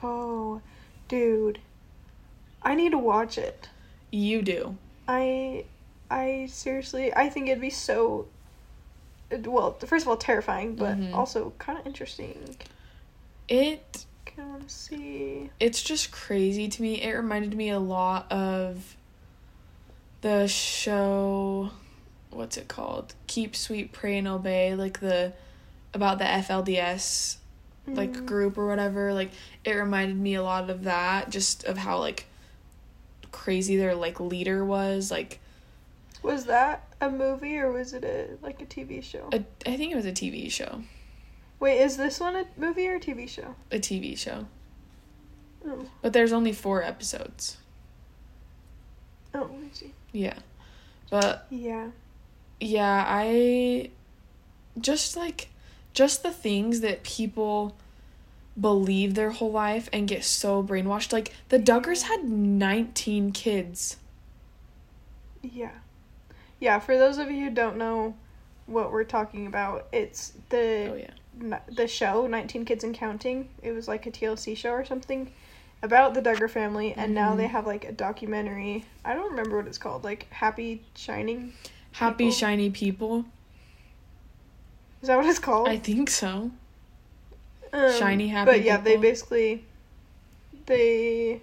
Speaker 1: Oh, dude. I need to watch it.
Speaker 2: You do.
Speaker 1: I I seriously, I think it'd be so. it- Well, first of all, terrifying, but
Speaker 2: Mhm.
Speaker 1: also kind of interesting.
Speaker 2: It
Speaker 1: Kind of want to see.
Speaker 2: it's just crazy to me. It reminded me a lot of the show what's it called? Keep Sweet Pray and Obey, like the about the FLDS like
Speaker 1: Mm.
Speaker 2: group or whatever. Like it reminded me a lot of that, just of how like crazy their like leader was. Like
Speaker 1: Was that a movie or was it a like a TV show?
Speaker 2: a, I think it was a TV show.
Speaker 1: Wait, is this one a movie or a TV show?
Speaker 2: A TV show.
Speaker 1: Oh,
Speaker 2: But there's only 4 episodes.
Speaker 1: oh, I see.
Speaker 2: Yeah. But
Speaker 1: Yeah.
Speaker 2: yeah i just like just the things that people believe their whole life and get so brainwashed like the duggars had 19 kids
Speaker 1: Yeah. Yeah, for those of you who don't know what we're talking about, it's the
Speaker 2: oh yeah
Speaker 1: n- the show 19 Kids and Counting. It was like a TLC show or something about the Duggar family and now
Speaker 2: Mhm.
Speaker 1: they have like a documentary. I don't remember what it's called, like Happy Shining.
Speaker 2: happy
Speaker 1: People.
Speaker 2: shiny people
Speaker 1: Is that what it's called?
Speaker 2: i think so
Speaker 1: Um,
Speaker 2: Shiny happy
Speaker 1: But yeah, they
Speaker 2: people.
Speaker 1: basically they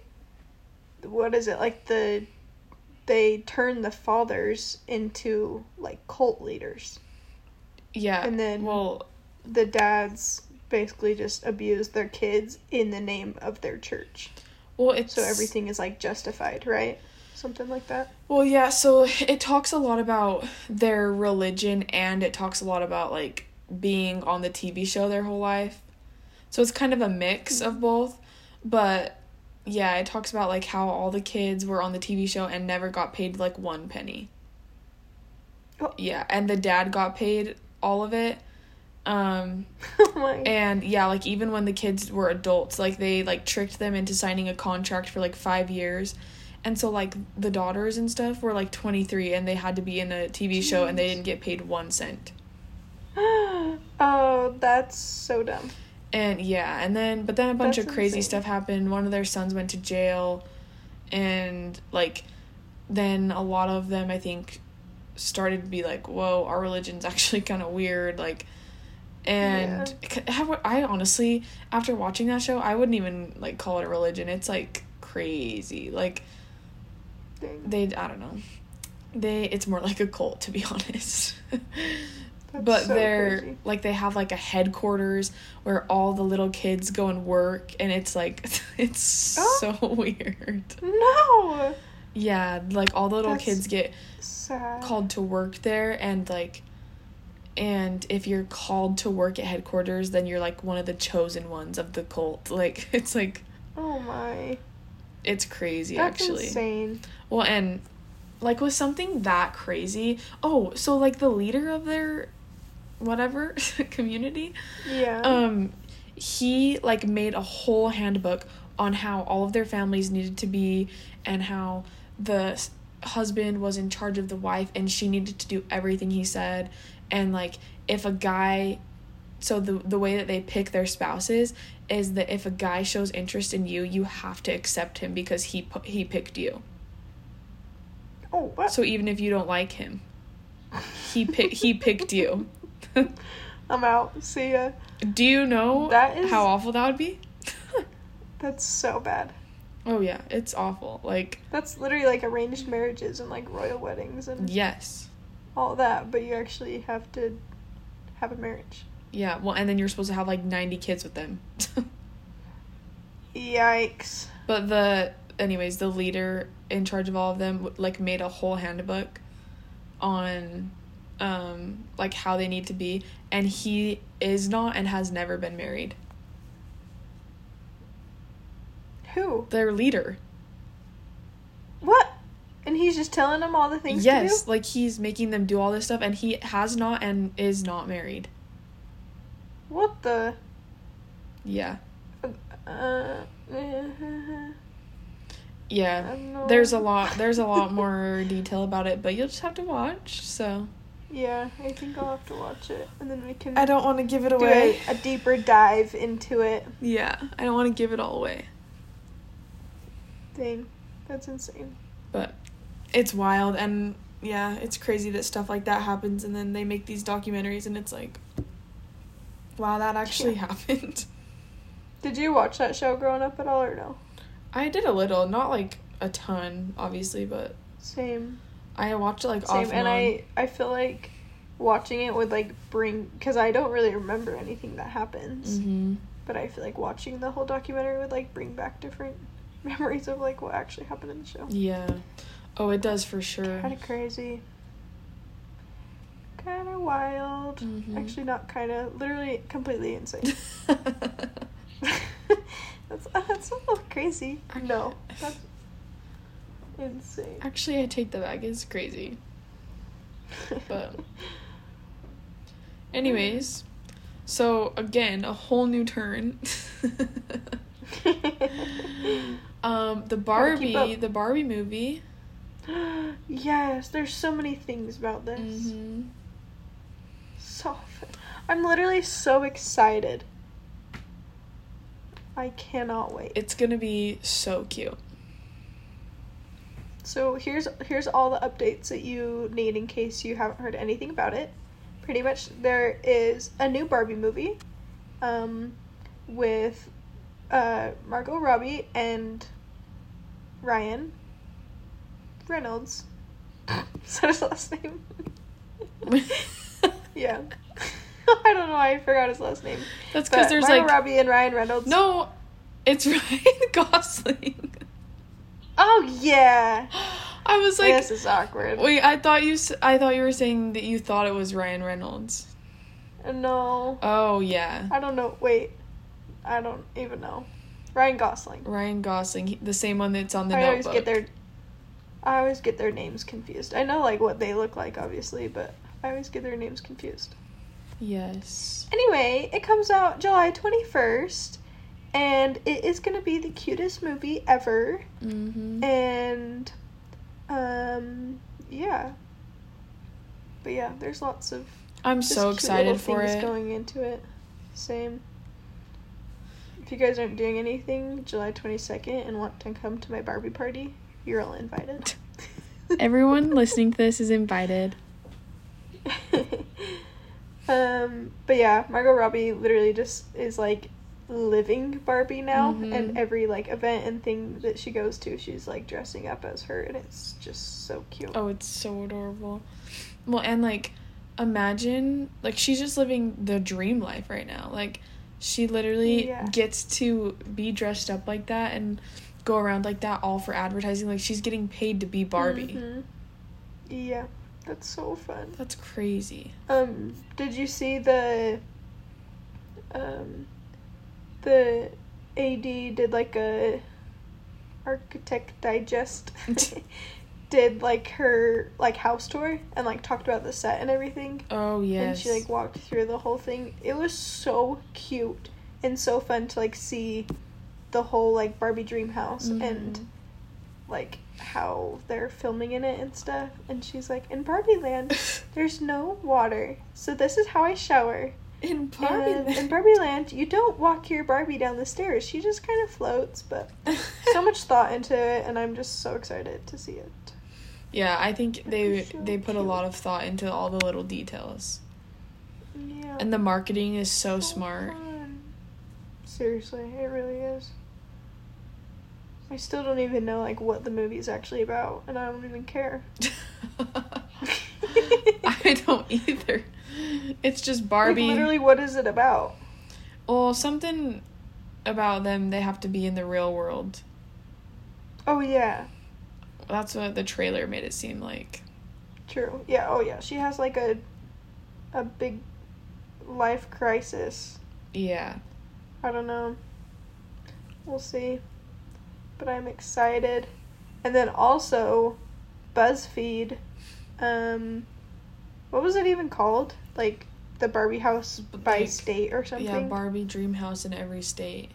Speaker 1: what is it like the they turn the fathers into like cult leaders.
Speaker 2: yeah
Speaker 1: And then-
Speaker 2: well
Speaker 1: The dads basically just abuse their kids in the name of their church.
Speaker 2: well it's
Speaker 1: So everything is like justified, right? Something like that. *laughs*
Speaker 2: Well, yeah, so it talks a lot about their religion and it talks a lot about like being on the TV show their whole life. So it's kind of a mix
Speaker 1: Hmm.
Speaker 2: of both, but yeah, it talks about like how all the kids were on the TV show and never got paid like one penny.
Speaker 1: Oh.
Speaker 2: Yeah, and the dad got paid all of it. Um
Speaker 1: oh my.
Speaker 2: and yeah, like even when the kids were adults, like they like tricked them into signing a contract for like five years. And so like the daughters and stuff were like twenty three and they had to be in a TV show and they
Speaker 1: Jeez.
Speaker 2: didn't get paid one cent.
Speaker 1: *gasps* oh, that's so dumb.
Speaker 2: And yeah, and then but then a bunch
Speaker 1: That's
Speaker 2: of crazy
Speaker 1: insane.
Speaker 2: stuff happened. One of their sons went to jail and like then a lot of them I think started to be like, "Whoa, our religion's *laughs* actually kind of weird." Like and c- how would- I honestly after watching that show, I wouldn't even like call it a religion. It's like crazy. Like
Speaker 1: Dang,
Speaker 2: they I don't know. They it's more like a cult to be *laughs* honest.
Speaker 1: that's
Speaker 2: but
Speaker 1: so
Speaker 2: they're
Speaker 1: crazy.
Speaker 2: like they have like a headquarters where all the little kids go and work and it's like *laughs* it's
Speaker 1: Oh.
Speaker 2: so *laughs* weird
Speaker 1: no
Speaker 2: yeah like all the little
Speaker 1: That's-
Speaker 2: kids get
Speaker 1: sad.
Speaker 2: called to work there and like and if you're called to work at headquarters then you're like one of the chosen ones of the cult *laughs* like it's like
Speaker 1: Oh my.
Speaker 2: it's crazy
Speaker 1: That's
Speaker 2: actually
Speaker 1: insane.
Speaker 2: Well, and like with something that crazy. Oh, so like the leader of their whatever *laughs* community,
Speaker 1: Yeah.
Speaker 2: um he like made a whole handbook on how all of their families needed to be and how the s- husband was in charge of the wife and she needed to do everything he said and like if a guy so the the way that they pick their spouses is that if a guy shows interest in you, you have to accept him because he pu- he picked you.
Speaker 1: oh, what?
Speaker 2: So even if you don't like him,
Speaker 1: *laughs*
Speaker 2: he pick he picked you. *laughs*
Speaker 1: I'm out. See ya.
Speaker 2: Do you know
Speaker 1: That is-
Speaker 2: how awful that would be? *laughs*
Speaker 1: That's so bad.
Speaker 2: oh yeah, it's awful. Like
Speaker 1: That's literally like arranged marriages and like royal weddings and
Speaker 2: yes,
Speaker 1: all that, but you actually have to have a marriage.
Speaker 2: yeah. Well, and then you're supposed to have like ninety kids with them. *laughs*
Speaker 1: Yikes.
Speaker 2: but the anyways, the leader in charge of all of them w- like made a whole handbook on um like how they need to be and he is not and has never been married
Speaker 1: Who?
Speaker 2: their leader
Speaker 1: What? And he's just telling them all the things
Speaker 2: yes
Speaker 1: to
Speaker 2: like he's making them do all this stuff and he has not and is not married
Speaker 1: do? What the?
Speaker 2: yeah
Speaker 1: Uh, *laughs*
Speaker 2: yeah
Speaker 1: no. *laughs*
Speaker 2: there's a lot there's a lot more detail about it but you'll just have to watch so
Speaker 1: Yeah, I think I'll have to watch it and then we can
Speaker 5: I don't want to give it
Speaker 1: do
Speaker 5: away.
Speaker 1: a, a deeper dive into it.
Speaker 2: yeah i don't want to give it all away
Speaker 1: Dang, that's insane.
Speaker 2: but it's wild and yeah, it's crazy that stuff like that happens and then they make these documentaries and it's like wow, that actually happened. *laughs*
Speaker 1: Did you watch that show growing up at all or no?
Speaker 2: I did a little, not like a ton, obviously, but
Speaker 1: Same.
Speaker 2: I watched it like
Speaker 1: Same.
Speaker 2: off
Speaker 1: And I I feel like watching it would like bring because I don't really remember anything that happens,
Speaker 2: hmm
Speaker 1: but I feel like watching the whole documentary would like bring back different *laughs* memories of like what actually happened in the show.
Speaker 2: Yeah. Oh, it does for sure.
Speaker 1: Kind of crazy. Kind of wild.
Speaker 2: Mhm.
Speaker 1: Actually, not kind of. Literally, completely
Speaker 2: *laughs*
Speaker 1: insane. *laughs* that's that's a little crazy. No,
Speaker 2: *laughs*
Speaker 1: that's insane.
Speaker 2: *laughs* Actually, I take the back. It's crazy.
Speaker 1: *laughs*
Speaker 2: but- Anyways, so again, a whole new turn. *laughs* *laughs* um, the
Speaker 1: Gotta keep
Speaker 2: Barbie,
Speaker 1: up.
Speaker 2: the Barbie movie.
Speaker 1: *gasps* yes, there's so many things about this.
Speaker 2: hmm
Speaker 1: So, f- I'm literally so excited. I cannot wait.
Speaker 2: It's gonna be so cute.
Speaker 1: So here's here's all the updates that you need in case you haven't heard anything about it. Pretty much there is a new Barbie movie, um, with uh, Margot Robbie and Ryan Reynolds. *laughs* Is that his last name? *laughs* yeah. *laughs* I don't know why I forgot his last name.
Speaker 2: That's because
Speaker 1: But
Speaker 2: there's
Speaker 1: Margot
Speaker 2: like
Speaker 1: Robbie and Ryan Reynolds.
Speaker 2: no, it's *laughs* Ryan Gosling.
Speaker 1: Oh yeah.
Speaker 2: I was like,
Speaker 1: this is awkward.
Speaker 2: wait, I thought you, s- I thought you were saying that you thought it was Ryan Reynolds.
Speaker 1: Uh, No.
Speaker 2: Oh yeah,
Speaker 1: I don't know. Wait, I don't even know. Ryan Gosling.
Speaker 2: Ryan Gosling, he- the same one that's on the
Speaker 1: I always
Speaker 2: Notebook.
Speaker 1: get their. I always get their names confused. I know like what they look like, obviously, but I always get their names confused.
Speaker 2: Yes.
Speaker 1: Anyway, it comes out July twenty first, and it is gonna be the cutest movie ever.
Speaker 2: Mm-hmm.
Speaker 1: And, um, yeah. But yeah, there's lots of
Speaker 2: I'm
Speaker 1: just
Speaker 2: so
Speaker 1: cute little
Speaker 2: excited for
Speaker 1: things
Speaker 2: it.
Speaker 1: Going into it, same. If you guys aren't doing anything July twenty second and want to come to my Barbie party, you're all invited.
Speaker 2: *laughs* Everyone listening to this is invited.
Speaker 1: *laughs* um, but yeah, Margot Robbie literally just is like living Barbie now,
Speaker 2: Mhm.
Speaker 1: and every like event and thing that she goes to, she's like dressing up as her, and it's just so cute.
Speaker 2: Oh, it's so adorable. Well, and like, imagine like she's just living the dream life right now. Like, she literally
Speaker 1: Yeah.
Speaker 2: gets to be dressed up like that and go around like that all for advertising. Like, she's getting paid to be Barbie.
Speaker 1: Mhm. Yeah, that's so fun.
Speaker 2: That's crazy.
Speaker 1: Um, did you see the um the AD did like a architect
Speaker 2: *laughs*
Speaker 1: digest did like her like house tour and like talked about the set and everything
Speaker 2: Oh yes.
Speaker 1: and she like walked through the whole thing. It was so cute and so fun to like see the whole like Barbie dream house and
Speaker 2: Mhm.
Speaker 1: like how they're filming in it and stuff and she's like in Barbie land there's no water, so this is how I shower.
Speaker 2: *laughs* in Barbie.
Speaker 1: and in
Speaker 2: land.
Speaker 1: Barbie Land, you don't walk your Barbie down the stairs. She just kind of floats, but so much thought into it, and I'm just so excited to see it.
Speaker 2: *laughs* Yeah, I think they
Speaker 1: is so
Speaker 2: they put a
Speaker 1: cute.
Speaker 2: lot of thought into all the little details.
Speaker 1: Yeah.
Speaker 2: And the marketing is so
Speaker 1: so
Speaker 2: smart.
Speaker 1: fun. Seriously, it really is. I still don't even know like what the movie's actually about, and I don't even care.
Speaker 2: *laughs* I don't either. It's just Barbie.
Speaker 1: Like, literally, what is it about?
Speaker 2: well, something about them they have to be in the real world.
Speaker 1: Oh yeah,
Speaker 2: That's what the trailer made it seem like.
Speaker 1: True. Yeah. Oh, yeah. She has like a, a big, life crisis.
Speaker 2: Yeah.
Speaker 1: I don't know. We'll see. But I'm excited. And then also, BuzzFeed. Um, what was it even called? Like the Barbie house by
Speaker 2: Like,
Speaker 1: state or something.
Speaker 2: Yeah, Barbie dream house in every state.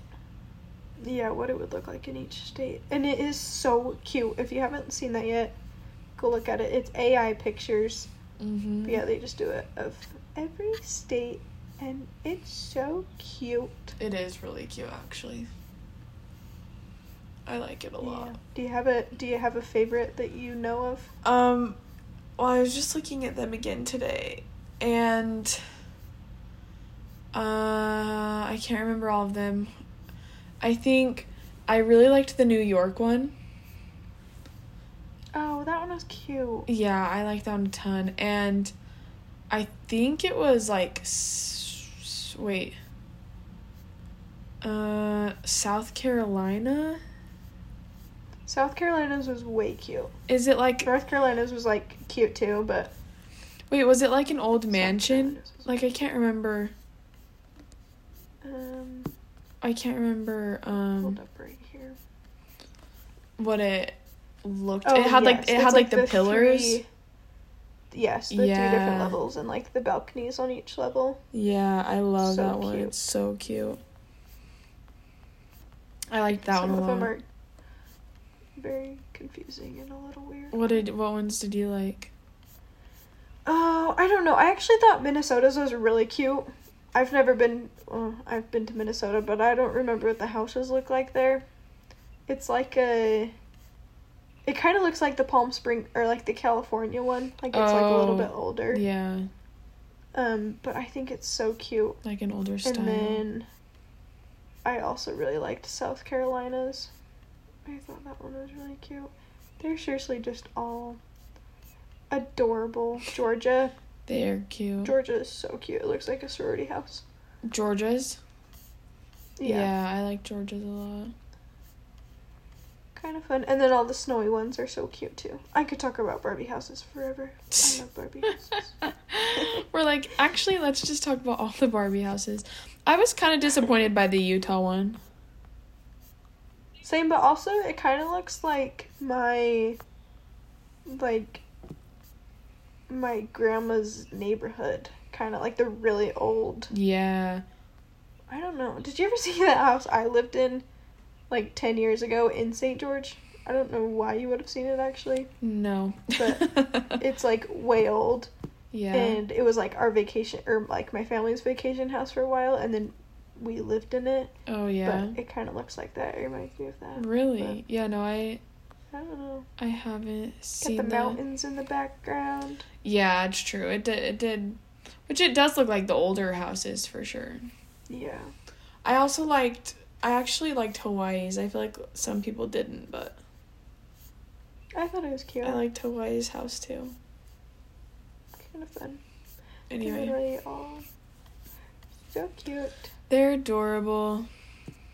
Speaker 1: yeah, what it would look like in each state. And it is so cute. If you haven't seen that yet, go look at it. It's AI pictures.
Speaker 2: Mhm.
Speaker 1: Yeah, they just do it of every state, and it's so cute.
Speaker 2: It is really cute actually. I like it a lot.
Speaker 1: Do you have a Do you have a favorite that you know of?
Speaker 2: Um, well, I was just looking at them again today, and uh, I can't remember all of them. I think I really liked the New York one.
Speaker 1: Oh, that one was cute.
Speaker 2: Yeah, I liked that one a ton, and I think it was like s- s- wait, uh, South Carolina.
Speaker 1: South Carolina's was way cute.
Speaker 2: Is it like
Speaker 1: North Carolina's was like cute too, but
Speaker 2: wait? Was it like an old
Speaker 1: South
Speaker 2: mansion?
Speaker 1: Carolina's was-
Speaker 2: Like I can't remember.
Speaker 1: um,
Speaker 2: I can't remember. Um,
Speaker 1: hold up right here.
Speaker 2: what it looked. it had like
Speaker 1: Oh, yes,
Speaker 2: it
Speaker 1: it's
Speaker 2: had like, the, pillars.
Speaker 1: three- yes, the three
Speaker 2: Yeah.
Speaker 1: different levels and like the balconies on each level.
Speaker 2: Yeah, I love
Speaker 1: So
Speaker 2: that one.
Speaker 1: cute.
Speaker 2: It's so cute. I like that
Speaker 1: Some
Speaker 2: one a
Speaker 1: of
Speaker 2: lot.
Speaker 1: them are very confusing and a little weird.
Speaker 2: What did what ones did you like?
Speaker 1: Oh, I don't know. I actually thought Minnesota's was really cute. I've never been. Well, I've been to Minnesota, but I don't remember what the houses look like there. It's like a. It kind of looks like the Palm Spring or like the California one. Like it's like a little
Speaker 2: Oh,
Speaker 1: bit older.
Speaker 2: Yeah,
Speaker 1: Um, but I think it's so cute.
Speaker 2: like an older style.
Speaker 1: And then I also really liked South Carolina's. I thought that one was really cute. They're seriously just all adorable. Georgia.
Speaker 2: They're cute.
Speaker 1: Georgia is so cute. It looks like a sorority house.
Speaker 2: Georgia's. Yeah.
Speaker 1: Yeah.
Speaker 2: I like Georgia's a lot.
Speaker 1: Kind of fun. And then all the snowy ones are so cute too. I could talk about Barbie houses forever.
Speaker 2: *laughs*
Speaker 1: I love Barbie houses.
Speaker 2: We're like, actually, let's just talk about all the Barbie houses. I was kind of disappointed by the Utah one.
Speaker 1: Same, but also it kind of looks like my, like, my grandma's neighborhood. Kind of like the really old.
Speaker 2: Yeah.
Speaker 1: I don't know. Did you ever *laughs* see that house I lived in, like ten years ago in St. George? I don't know why you would have seen it actually.
Speaker 2: No. *laughs*
Speaker 1: It's like way old.
Speaker 2: yeah.
Speaker 1: and it was like our vacation or like my family's vacation house for a while and then we lived in it
Speaker 2: oh yeah.
Speaker 1: but it kind of looks like that it reminds me of that
Speaker 2: Really? Yeah. No, I
Speaker 1: i don't know
Speaker 2: I haven't seen
Speaker 1: got the
Speaker 2: that.
Speaker 1: mountains in the background
Speaker 2: Yeah, it's true. It did. It did. Which it does look like the older houses for sure.
Speaker 1: yeah
Speaker 2: I also liked. I actually liked Hawaii's. I feel like some people didn't, but
Speaker 1: i thought it was cute
Speaker 2: I liked Hawaii's house too.
Speaker 1: kind of fun They're
Speaker 2: Anyway,
Speaker 1: really all so cute
Speaker 2: they're adorable.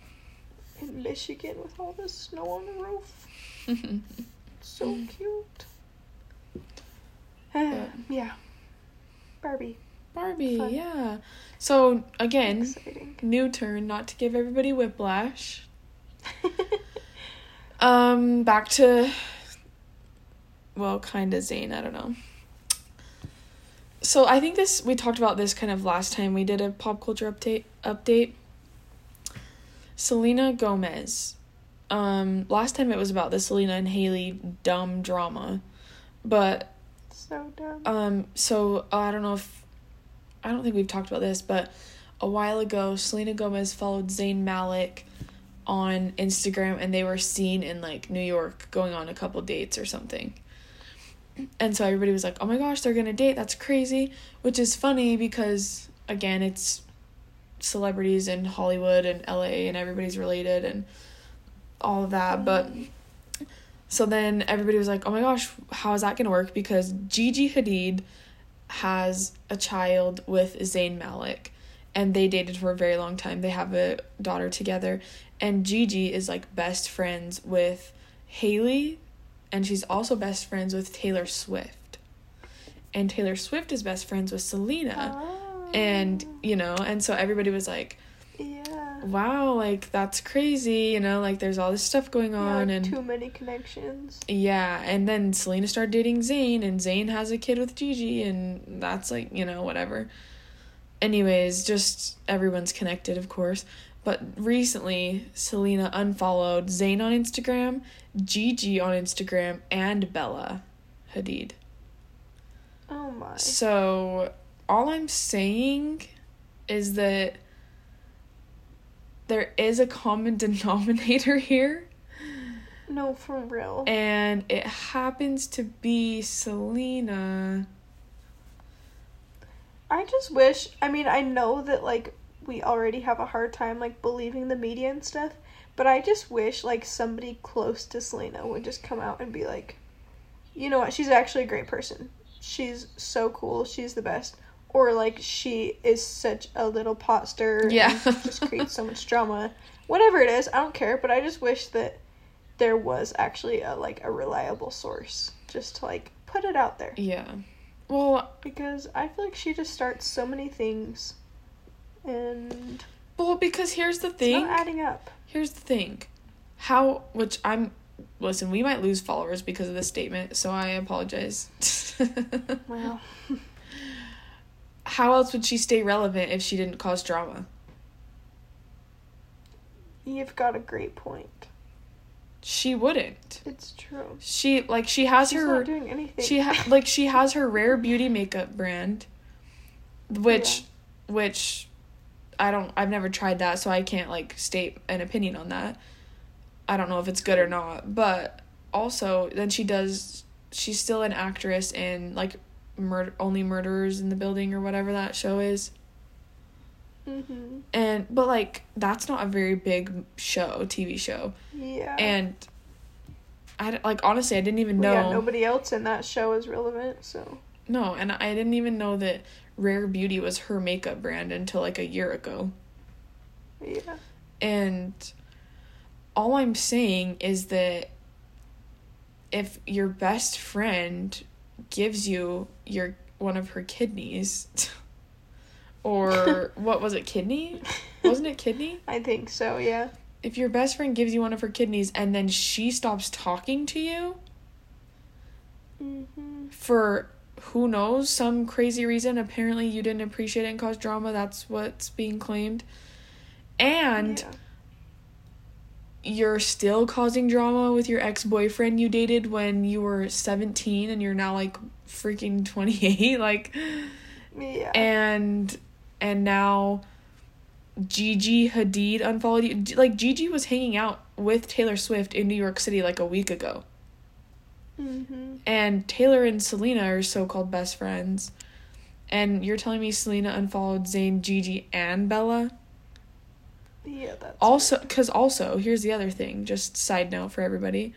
Speaker 2: *laughs*
Speaker 1: in michigan with all the snow on the roof so
Speaker 2: Mm.
Speaker 1: cute *sighs* yeah barbie
Speaker 2: Barbie,
Speaker 1: Fun.
Speaker 2: yeah. So again,
Speaker 1: exciting
Speaker 2: new turn. Not to give everybody whiplash. Um, back to. Well, kind of Zane. I don't know. So I think this we talked about this kind of last time we did a pop culture update update. Selena Gomez. Um, last time it was about the Selena and Haley dumb drama, but
Speaker 1: so dumb
Speaker 2: um, so I don't know if I don't think we've talked about this, but a while ago, Selena Gomez followed Zayn Malik on Instagram, and they were seen in like New York going on a couple dates or something. And so everybody was like, "Oh my gosh, they're gonna date? That's crazy!" Which is funny because again, it's celebrities in Hollywood and LA, and everybody's related and all of that, but. So then everybody was like, "Oh my gosh, how is that going to work?" Because Gigi Hadid has a child with Zayn Malik, and they dated for a very long time. They have a daughter together, and Gigi is like best friends with Haley, and she's also best friends with Taylor Swift, and Taylor Swift is best friends with Selena,
Speaker 1: Ah.
Speaker 2: and you know, and so everybody was like,
Speaker 1: yeah
Speaker 2: "Wow, like that's crazy," you know, like there's all this stuff going
Speaker 1: Yeah,
Speaker 2: on,
Speaker 1: like,
Speaker 2: and
Speaker 1: too many connections.
Speaker 2: Yeah, and then Selena started dating Zayn, and Zayn has a kid with Gigi, and that's like, you know, whatever. Anyways, just everyone's connected, of course. But recently, Selena unfollowed Zayn on Instagram, Gigi on Instagram, and Bella Hadid.
Speaker 1: Oh my.
Speaker 2: So, all I'm saying is that *laughs* there is a common denominator here,
Speaker 1: No, for real.
Speaker 2: and it happens to be Selena.
Speaker 1: I just wish. I mean, I know that like we already have a hard time like believing the media and stuff, but I just wish like somebody close to Selena would just come out and be like, you know what? She's actually a great person. She's so cool. She's the best. Or like she is such a little pot stirrer. and
Speaker 2: Yeah.
Speaker 1: just creates so much drama. Whatever it is, I don't care. But I just wish that there was actually a like a reliable source just to like put it out there
Speaker 2: Yeah. Well,
Speaker 1: because I feel like she just starts so many things, and
Speaker 2: well, because here's the
Speaker 1: it's
Speaker 2: thing.
Speaker 1: not adding up.
Speaker 2: Here's the thing. How which I'm listen, we might lose followers because of this statement, so I apologize. *laughs*
Speaker 1: Wow.
Speaker 2: How else would she stay relevant if she didn't cause drama?
Speaker 1: *laughs* You've got a great point.
Speaker 2: She wouldn't.
Speaker 1: It's true.
Speaker 2: She like she has
Speaker 1: She's
Speaker 2: her
Speaker 1: not doing anything.
Speaker 2: she ha-
Speaker 1: *laughs*
Speaker 2: like she has her rare beauty makeup brand which which i don't i've never tried that so i can't like state an opinion on that i don't know if it's good or not but also then she does she's still an actress in like murder only murderers in the building or whatever that show is
Speaker 1: hmm
Speaker 2: and but like that's not a very big show tv show
Speaker 1: Yeah.
Speaker 2: and i don't- like honestly i didn't even
Speaker 1: Well,
Speaker 2: know
Speaker 1: yeah, nobody else in that show is relevant. So
Speaker 2: No, and I didn't even know that Rare Beauty was her makeup brand until like a year ago.
Speaker 1: yeah. *laughs*
Speaker 2: And all I'm saying is that if your best friend gives you your one of her kidneys *laughs* or what was it kidney? Wasn't it kidney?
Speaker 1: I think so. Yeah.
Speaker 2: If your best friend gives you one of her kidneys and then she stops talking to you,
Speaker 1: hmm
Speaker 2: for who knows some crazy reason apparently you didn't appreciate it and cause drama that's what's being claimed and
Speaker 1: yeah.
Speaker 2: you're still causing drama with your ex-boyfriend you dated when you were 17 and you're now like freaking 28 *laughs* like
Speaker 1: Yeah.
Speaker 2: and and now Gigi Hadid unfollowed you D- like Gigi was hanging out with Taylor Swift in New York City like a week ago
Speaker 1: hmm
Speaker 2: and Taylor and Selena are so-called best friends. And you're telling me Selena unfollowed Zayn, Gigi, and Bella?
Speaker 1: Yeah. That's
Speaker 2: Also, because also, here's the other thing, just side note for everybody.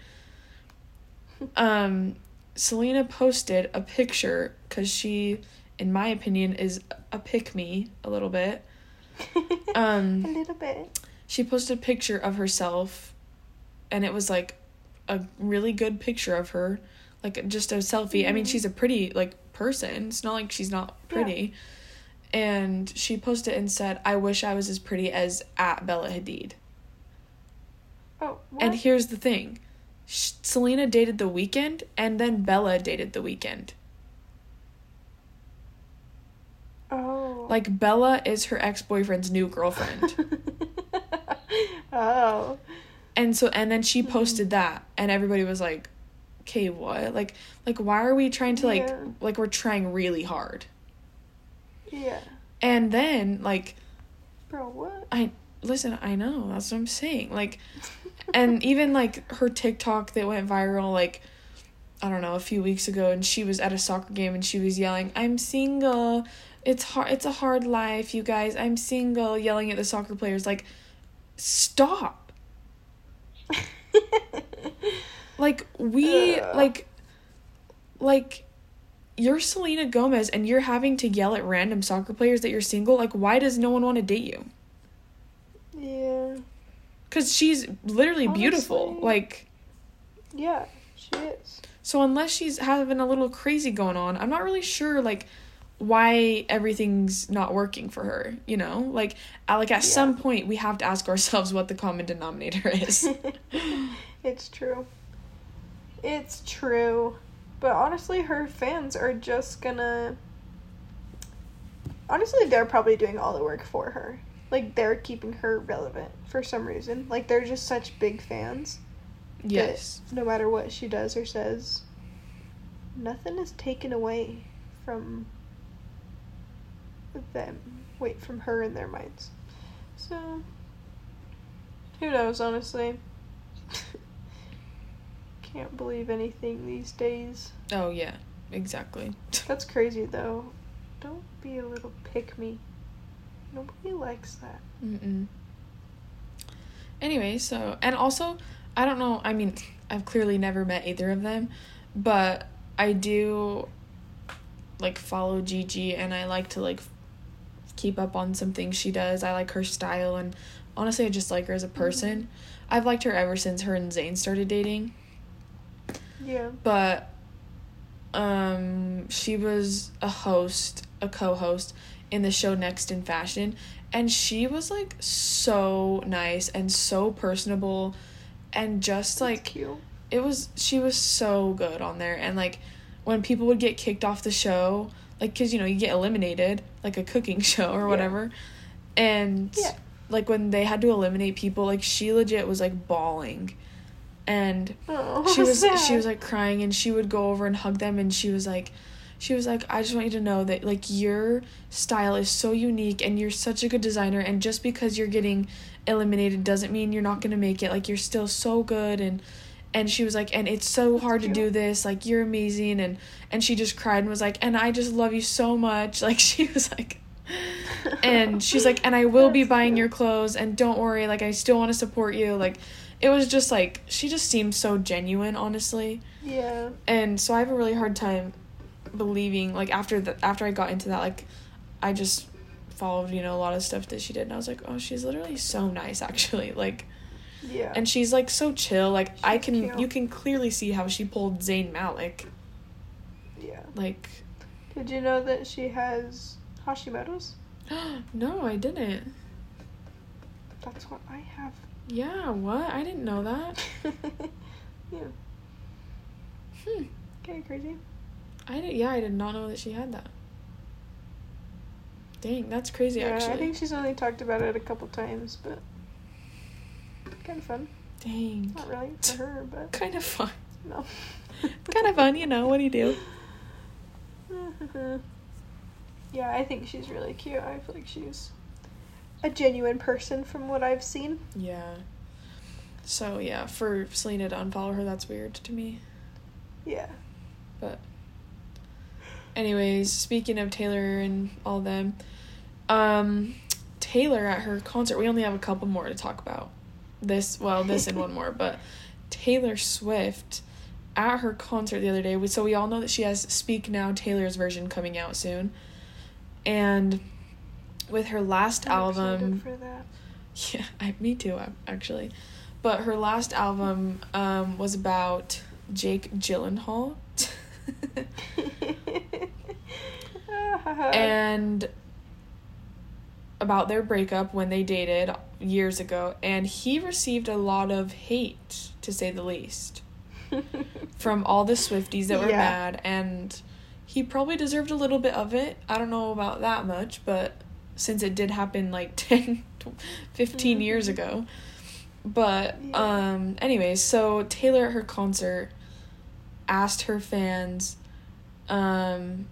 Speaker 2: Um, Selena posted a picture because she, in my opinion, is a pick me a little bit.
Speaker 1: *laughs*
Speaker 2: Um,
Speaker 1: a little bit.
Speaker 2: she posted a picture of herself and it was like a really good picture of her like just a selfie i mean
Speaker 1: Mhm.
Speaker 2: she's a pretty like person it's not like she's not
Speaker 1: Yeah.
Speaker 2: pretty and she posted and said i wish i was as pretty as at bella hadid
Speaker 1: Oh. What?
Speaker 2: and here's the thing Sh- selena dated the weekend and then bella dated the weekend
Speaker 1: oh.
Speaker 2: like bella is her ex-boyfriend's new girlfriend
Speaker 1: *laughs* oh.
Speaker 2: and so and then she posted that and everybody was like okay what like like why are we trying to like
Speaker 1: Yeah.
Speaker 2: like we're trying really hard
Speaker 1: Yeah.
Speaker 2: and then like
Speaker 1: Bro. What?
Speaker 2: i listen i know that's what i'm saying like
Speaker 1: *laughs*
Speaker 2: and even like her tiktok that went viral like i don't know a few weeks ago and she was at a soccer game and she was yelling i'm single it's hard it's a hard life you guys i'm single yelling at the soccer players like stop like we
Speaker 1: Ugh.
Speaker 2: like like you're Selena Gomez and you're having to yell at random soccer players that you're single. Like why does no one want to date you?
Speaker 1: yeah.
Speaker 2: Cuz she's literally beautiful.
Speaker 1: Honestly.
Speaker 2: Like
Speaker 1: Yeah. She is.
Speaker 2: so unless she's having a little crazy going on, I'm not really sure like why everything's not working for her, you know? Like at- like at
Speaker 1: Yeah.
Speaker 2: some point we have to ask ourselves what the common
Speaker 1: *laughs*
Speaker 2: denominator is.
Speaker 1: it's true. It's true. But honestly, her fans are just gonna. Honestly, they're probably doing all the work for her. Like, they're keeping her relevant for some reason. Like, they're just such big fans. that
Speaker 2: yes.
Speaker 1: No matter what she does or says, nothing is taken away from them. Wait, from her in their minds. So, who knows, honestly? *laughs* Can't believe anything these days.
Speaker 2: Oh yeah, exactly.
Speaker 1: That's crazy though. Don't be a little pick me. Nobody likes that.
Speaker 2: Mm-mm. Anyway, so and also, I don't know. I mean, I've clearly never met either of them, but I do like follow Gigi, and I like to like keep up on some things she does. I like her style, and honestly, I just like her as a person. I've liked her ever since her and Zayn started dating,
Speaker 1: Yeah.
Speaker 2: but um, she was a host, a co-host in the show Next in Fashion, and she was like so nice and so personable, and just
Speaker 1: That's
Speaker 2: like
Speaker 1: cute.
Speaker 2: it was she was so good on there and like when people would get kicked off the show like because you know you get eliminated like a cooking *laughs* show or
Speaker 1: Yeah.
Speaker 2: whatever and
Speaker 1: Yeah.
Speaker 2: like when they had to eliminate people like she legit was like bawling and
Speaker 1: Oh, *laughs*
Speaker 2: she was she was like crying and she would go over and hug them and she was like she was like I just want you to know that like your style is so unique and you're such a good designer and just because you're getting eliminated doesn't mean you're not going to make it like you're still so good and and she was like and it's so hard to do
Speaker 1: cute.
Speaker 2: this like you're amazing and and she just cried and was like and I just love you so much *laughs* like she was like and she's like and i will be
Speaker 1: That's
Speaker 2: buying
Speaker 1: cute.
Speaker 2: your clothes and don't worry like i still want to support you like it was just like she just seemed so genuine honestly
Speaker 1: Yeah.
Speaker 2: and so i have a really hard time believing like after the after i got into that like i just followed you know a lot of stuff that she did and i was like oh she's literally so nice *laughs* actually like
Speaker 1: Yeah.
Speaker 2: and she's like so chill like i
Speaker 1: She's
Speaker 2: can
Speaker 1: cute.
Speaker 2: you can clearly see how she pulled zayn malik
Speaker 1: yeah.
Speaker 2: like *gasps*
Speaker 1: Did you know that she has Hashimoto's?
Speaker 2: no i didn't
Speaker 1: That's what I have.
Speaker 2: yeah what i didn't know that
Speaker 1: yeah.
Speaker 2: hmm
Speaker 1: Okay, crazy.
Speaker 2: I did, yeah, I did not know that she had that. Dang, that's crazy.
Speaker 1: yeah,
Speaker 2: actually,
Speaker 1: I think she's only talked about it a couple times, but kind of fun.
Speaker 2: dang,
Speaker 1: *laughs* Not really for her, but
Speaker 2: kind of fun. *laughs*
Speaker 1: no.
Speaker 2: kind of fun, you know. What do you do?
Speaker 1: *laughs* yeah, I think she's really cute. I feel like she's a genuine person from what I've seen.
Speaker 2: Yeah. So yeah, for Selena to unfollow her, that's weird to me.
Speaker 1: Yeah.
Speaker 2: But, anyways, speaking of Taylor and all them, um, Taylor at her concert. We only have a couple more to talk about. This well, this and one more, but Taylor Swift at her concert the other day. we- So we all know that she has Speak Now Taylor's version coming out soon, and with her last
Speaker 1: I'm excited
Speaker 2: album,
Speaker 1: For that.
Speaker 2: *laughs*
Speaker 1: *laughs*
Speaker 2: yeah, I, me too, ac- actually. But her last album um, was about Jake Gyllenhaal. *laughs*
Speaker 1: Ah,
Speaker 2: and about their breakup when they dated years ago. And he received a lot of hate, to say the least, from all the Swifties that were
Speaker 1: Yeah.
Speaker 2: mad. And he probably deserved a little bit of it. I don't know about that much, but since it did happen like *laughs* 10, 15 years
Speaker 1: Mhm.
Speaker 2: ago. But
Speaker 1: Yeah.
Speaker 2: um anyways, so Taylor at her concert asked her fans um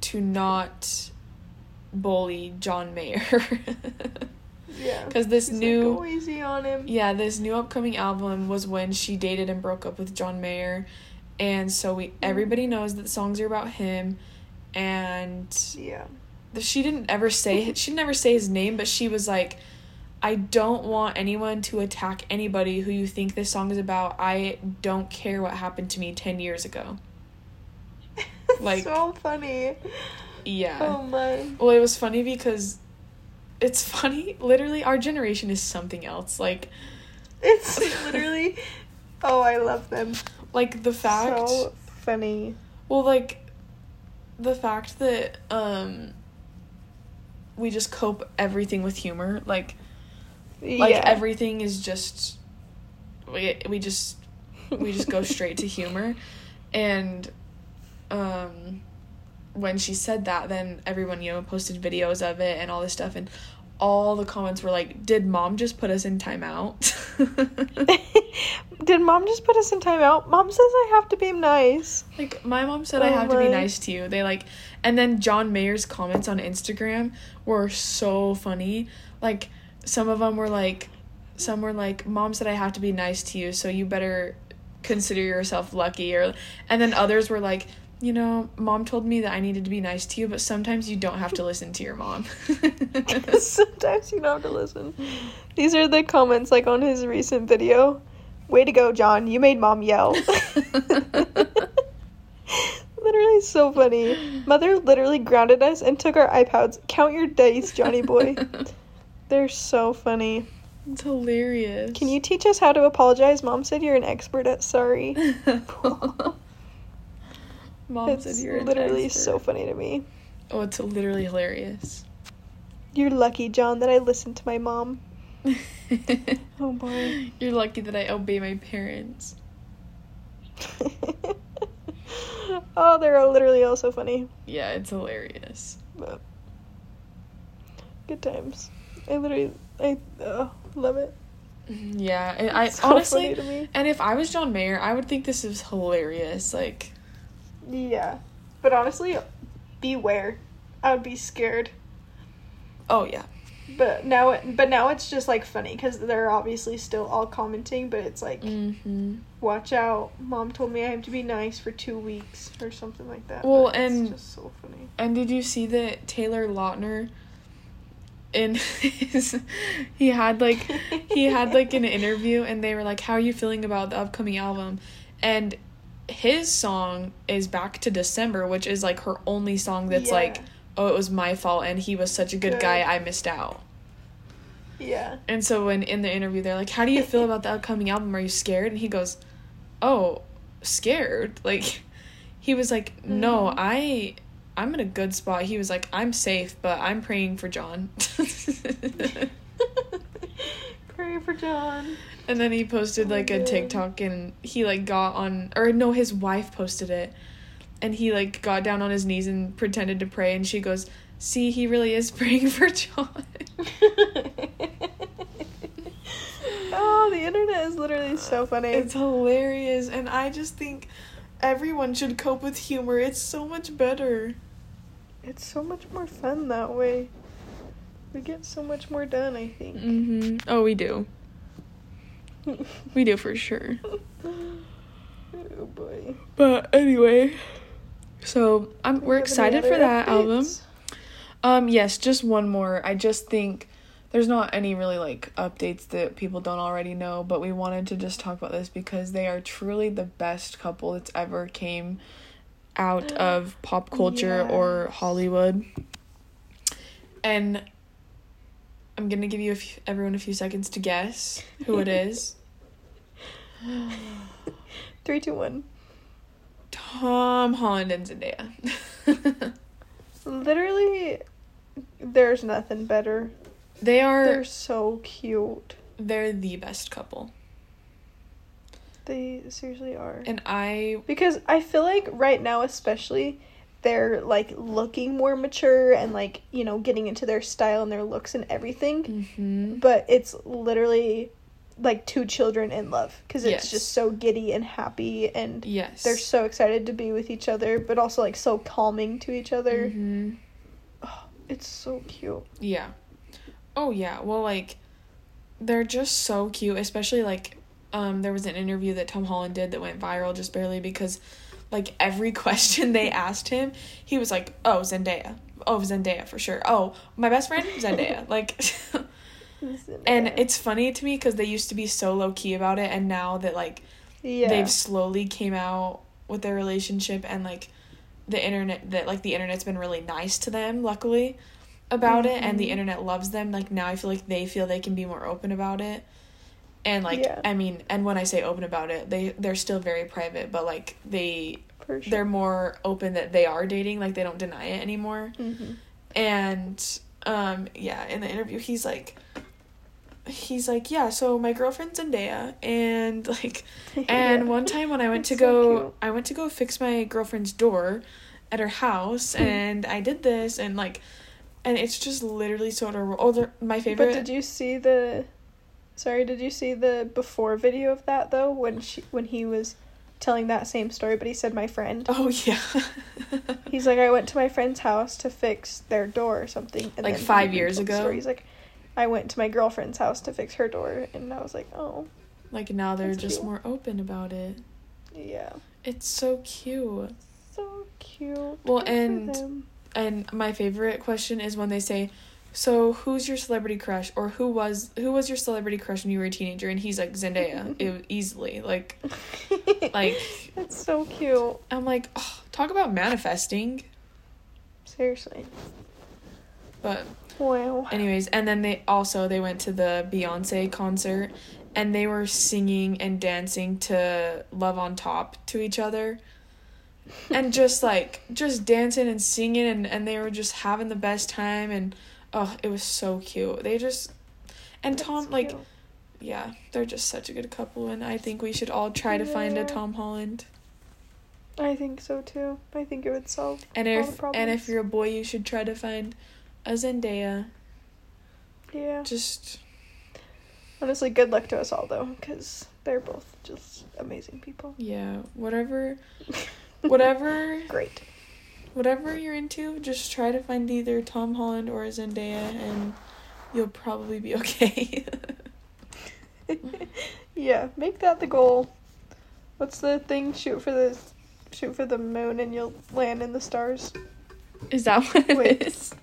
Speaker 2: to not bully John Mayer. *laughs*
Speaker 1: *laughs* yeah.
Speaker 2: Cuz this
Speaker 1: She's like,
Speaker 2: new
Speaker 1: go easy on him.
Speaker 2: yeah, this new upcoming album was when she dated and broke up with John Mayer. And so
Speaker 1: Mm.
Speaker 2: we everybody knows that the songs are about him and
Speaker 1: Yeah. *laughs*
Speaker 2: that she didn't ever say she didn't ever say his name, but she was like, I don't want anyone to attack anybody who you think this song is about. I don't care what happened to me ten years ago. Like-
Speaker 1: so funny.
Speaker 2: Yeah.
Speaker 1: Oh my.
Speaker 2: Well, it was funny because it's *laughs* funny. Literally, our generation is something else. Like,
Speaker 1: It's literally. Oh, I love them.
Speaker 2: like the fact.
Speaker 1: So funny.
Speaker 2: Well, like the fact that um we just cope everything with humor. Like, like
Speaker 1: yeah.
Speaker 2: everything is just we we just we just go straight
Speaker 1: *laughs*
Speaker 2: to humor and um when she said that then everyone you know posted videos of it and all this stuff and all the comments were like did mom just put us in *laughs* timeout
Speaker 1: Did mom just put us in timeout? Mom says I have to be nice.
Speaker 2: like my mom said i
Speaker 1: Oh
Speaker 2: have to be
Speaker 1: my.
Speaker 2: nice to you they like and then john mayer's comments on instagram were so funny like some of them were like some were like mom said i have to be nice to you so you better consider yourself lucky or and then others were like you know mom told me that i needed to be nice to you but sometimes you don't have to listen to your mom
Speaker 1: *laughs* Sometimes you don't have to listen. These are the comments like on his recent video. Way to go, John. You made mom yell.
Speaker 2: *laughs*
Speaker 1: *laughs* literally so funny. Mother literally grounded us and took our iPods. Count your days, Johnny boy. They're so funny.
Speaker 2: *laughs* it's hilarious
Speaker 1: Can
Speaker 2: *laughs*
Speaker 1: you teach us how to apologize? Mom said you're an expert at sorry.
Speaker 2: mom
Speaker 1: It's
Speaker 2: said you're
Speaker 1: literally
Speaker 2: literally
Speaker 1: so funny to me.
Speaker 2: oh it's literally hilarious
Speaker 1: You're lucky, John, that I listened to my mom. Oh boy.
Speaker 2: *laughs* You're lucky that I obey my parents.
Speaker 1: *laughs* oh, they're all literally all so funny.
Speaker 2: Yeah, it's hilarious.
Speaker 1: But good times. I literally, I uh, love it.
Speaker 2: Yeah, and I
Speaker 1: It's so funny
Speaker 2: honestly,
Speaker 1: to me.
Speaker 2: and if I was John Mayer, I would think this is hilarious. Like,
Speaker 1: Yeah, but honestly, beware. I would be scared.
Speaker 2: oh yeah,
Speaker 1: But now, it, but now it's just like funny because they're obviously still all commenting. But it's like,
Speaker 2: mm-hmm.
Speaker 1: watch out! Mom told me I have to be nice for two weeks or something like that.
Speaker 2: Well,
Speaker 1: but it's
Speaker 2: and-
Speaker 1: just so funny.
Speaker 2: And did you see that Taylor Lautner? In *laughs* his, he had like he had like an interview, and they were like, "How are you feeling about the upcoming album?" And his song is "Back to December," which is like her only song that's
Speaker 1: Yeah.
Speaker 2: like, "Oh, it was my fault," and he was such a good
Speaker 1: Good.
Speaker 2: guy, I missed out.
Speaker 1: Yeah.
Speaker 2: *laughs* And so when in the interview they're like, "How do you feel about the upcoming album? Are you scared?" And he goes, "Oh, scared." *laughs* Like he was like, "No,
Speaker 1: Mhm.
Speaker 2: I I'm in a good spot." He was like, "I'm safe, but I'm praying for John." *laughs*
Speaker 1: *laughs* Pray for John.
Speaker 2: and then he posted
Speaker 1: Oh my
Speaker 2: like a
Speaker 1: God.
Speaker 2: TikTok and he like got on or no, his wife posted it. And he like got down on his knees and pretended to pray and she goes, "See, he really is *laughs* praying for John."
Speaker 1: *laughs* oh, the internet is literally so funny.
Speaker 2: Uh, It's hilarious, and I just think everyone should cope with humor. It's so much better.
Speaker 1: It's so much more fun that way. We get so much more done, I think.
Speaker 2: Mm-hmm. Oh, we do. We do for sure.
Speaker 1: *laughs* oh boy.
Speaker 2: But anyway, so
Speaker 1: Do
Speaker 2: I'm,
Speaker 1: you
Speaker 2: we're
Speaker 1: have
Speaker 2: excited
Speaker 1: any
Speaker 2: for
Speaker 1: other
Speaker 2: that album.
Speaker 1: updates?
Speaker 2: Um, yes, just one more. I just think there's not any really like updates that people don't already know, but we wanted to just talk about this because they are truly the best couple that's ever came out of pop culture or
Speaker 1: Yes.
Speaker 2: Hollywood. And I'm gonna give you a few, everyone a few seconds to guess who it is.
Speaker 1: Three, two, one.
Speaker 2: Tom Holland and Zendaya. *laughs*
Speaker 1: Literally, there's nothing better.
Speaker 2: they are
Speaker 1: They're so cute.
Speaker 2: they're the best couple,
Speaker 1: They seriously are.
Speaker 2: and I
Speaker 1: Because I feel like right now, especially, they're like looking more mature and like, you know, getting into their style and their looks and everything.
Speaker 2: mhm.
Speaker 1: But it's literally like two children in love because it's
Speaker 2: Yes.
Speaker 1: just so giddy and happy and
Speaker 2: yes
Speaker 1: they're so excited to be with each other, but also like so calming to each other.
Speaker 2: Mhm.
Speaker 1: It's so cute.
Speaker 2: Yeah. Oh yeah. Well, like they're just so cute, especially like um there was an interview that Tom Holland did that went viral just barely because like every *laughs* question they asked him, he was like, "Oh, Zendaya. Oh, Zendaya for sure. Oh, my best friend Zendaya." like *laughs* and it's funny to me cuz they used to be so low key about it and now that like
Speaker 1: yeah.
Speaker 2: they've slowly came out with their relationship and like the internet that like the internet's been really nice to them luckily about it and the
Speaker 1: Mhm.
Speaker 2: internet loves them like now i feel like they feel they can be more open about it and like
Speaker 1: Yeah.
Speaker 2: i mean and when i say open about it they they're still very private but like they
Speaker 1: for sure.
Speaker 2: they're more open that they are dating like they don't deny it anymore
Speaker 1: *laughs* hmm
Speaker 2: and um yeah in the interview he's like he's like yeah so my girlfriend's zendaya and *laughs* like and one time when I went
Speaker 1: That's so
Speaker 2: to go,
Speaker 1: cute.
Speaker 2: I went to go fix my girlfriend's door at her house,
Speaker 1: Hmm.
Speaker 2: and I did this, and like, and it's just literally so adorable. Oh, they're- my favorite.
Speaker 1: But did you see the Sorry, did you see the before video of that though when she when he was telling that same story but he said my friend.
Speaker 2: *laughs* Oh yeah.
Speaker 1: He's like I went to my friend's house to fix their door or something and
Speaker 2: Like
Speaker 1: then he
Speaker 2: five years
Speaker 1: retold the
Speaker 2: ago?
Speaker 1: story. He's like I went to my girlfriend's house to fix her door and I was like, "Oh,
Speaker 2: like now they're
Speaker 1: That's
Speaker 2: just
Speaker 1: cute.
Speaker 2: more open about it.
Speaker 1: Yeah.
Speaker 2: It's so cute.
Speaker 1: So cute.
Speaker 2: Well,
Speaker 1: Good for
Speaker 2: and-
Speaker 1: them. *laughs*
Speaker 2: And my favorite question is when they say, "So who's your celebrity crush?" or "Who was who was your celebrity crush when you were a teenager?" And he's
Speaker 1: *laughs*
Speaker 2: like Zendaya, it, easily. Like, like
Speaker 1: That's so cute.
Speaker 2: I'm like, oh, talk about manifesting.
Speaker 1: Seriously.
Speaker 2: But
Speaker 1: Wow.
Speaker 2: anyways, and then they also they went to the Beyonce concert, and they were singing and dancing to "Love on Top" to each other. and just like just dancing and singing and, and they were just having the best time and oh it was so cute they just and tom
Speaker 1: That's
Speaker 2: like
Speaker 1: cute.
Speaker 2: yeah they're just such a good couple and i think we should all try to find a
Speaker 1: Yeah.
Speaker 2: tom holland
Speaker 1: I think so too. I think it would solve.
Speaker 2: and
Speaker 1: All the
Speaker 2: if and
Speaker 1: problems.
Speaker 2: if you're a boy you should try to find a zendaya
Speaker 1: Yeah.
Speaker 2: just
Speaker 1: Honestly, good luck to us all though, because they're both just amazing people.
Speaker 2: yeah *laughs* whatever whatever
Speaker 1: Great.
Speaker 2: whatever you're into just try to find either tom holland or a zendaya and you'll probably be okay
Speaker 1: Yeah, make that the goal. What's the thing? Shoot for the, shoot for the moon, and you'll land in the stars.
Speaker 2: *laughs* is that what it
Speaker 1: Wait. *laughs*
Speaker 2: is?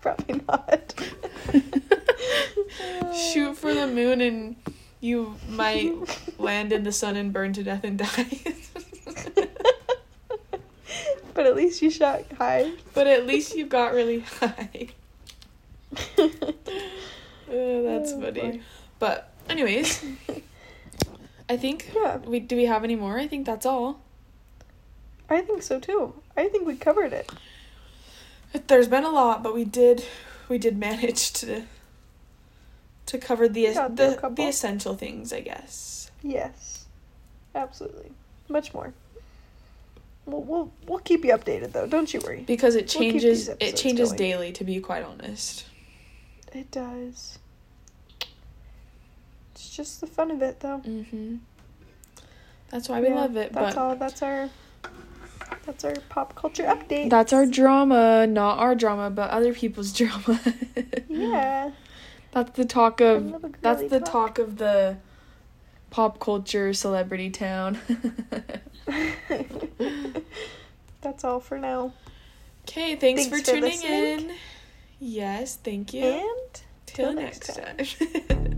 Speaker 1: Probably not.
Speaker 2: *laughs* *laughs* shoot for the moon and you might land in the sun and burn to death and die *laughs*
Speaker 1: but at least you shot high.
Speaker 2: but at least you got really *laughs* high Oh, that's
Speaker 1: Oh,
Speaker 2: funny
Speaker 1: boy.
Speaker 2: but anyways i think
Speaker 1: Yeah,
Speaker 2: we do we have any more i think that's all
Speaker 1: I think so too. I think we covered it.
Speaker 2: there's been a lot but we did we did manage to to cover the
Speaker 1: Yeah, there are a
Speaker 2: the, the
Speaker 1: couple.
Speaker 2: essential things i guess
Speaker 1: Yes, absolutely. Much more. We'll we'll, we'll keep you updated though. Don't you worry.
Speaker 2: because it
Speaker 1: We'll keep these
Speaker 2: changes it
Speaker 1: episodes
Speaker 2: changes
Speaker 1: going.
Speaker 2: daily to be quite honest
Speaker 1: It does. It's just the fun of it though.
Speaker 2: Mm-hmm. That's why we
Speaker 1: Yeah,
Speaker 2: love it.
Speaker 1: That's
Speaker 2: but
Speaker 1: all. That's our. That's our pop culture update.
Speaker 2: that's our drama, not our drama, but other people's *laughs* drama.
Speaker 1: Yeah.
Speaker 2: That's the talk of
Speaker 1: Another
Speaker 2: that's
Speaker 1: girly
Speaker 2: the talk of the pop culture celebrity town. *laughs*
Speaker 1: That's all for now.
Speaker 2: Okay,
Speaker 1: Thanks
Speaker 2: thanks, for,
Speaker 1: for
Speaker 2: tuning
Speaker 1: listening.
Speaker 2: in. Yes, thank you.
Speaker 1: And
Speaker 2: Till
Speaker 1: till
Speaker 2: next
Speaker 1: next
Speaker 2: time. *laughs*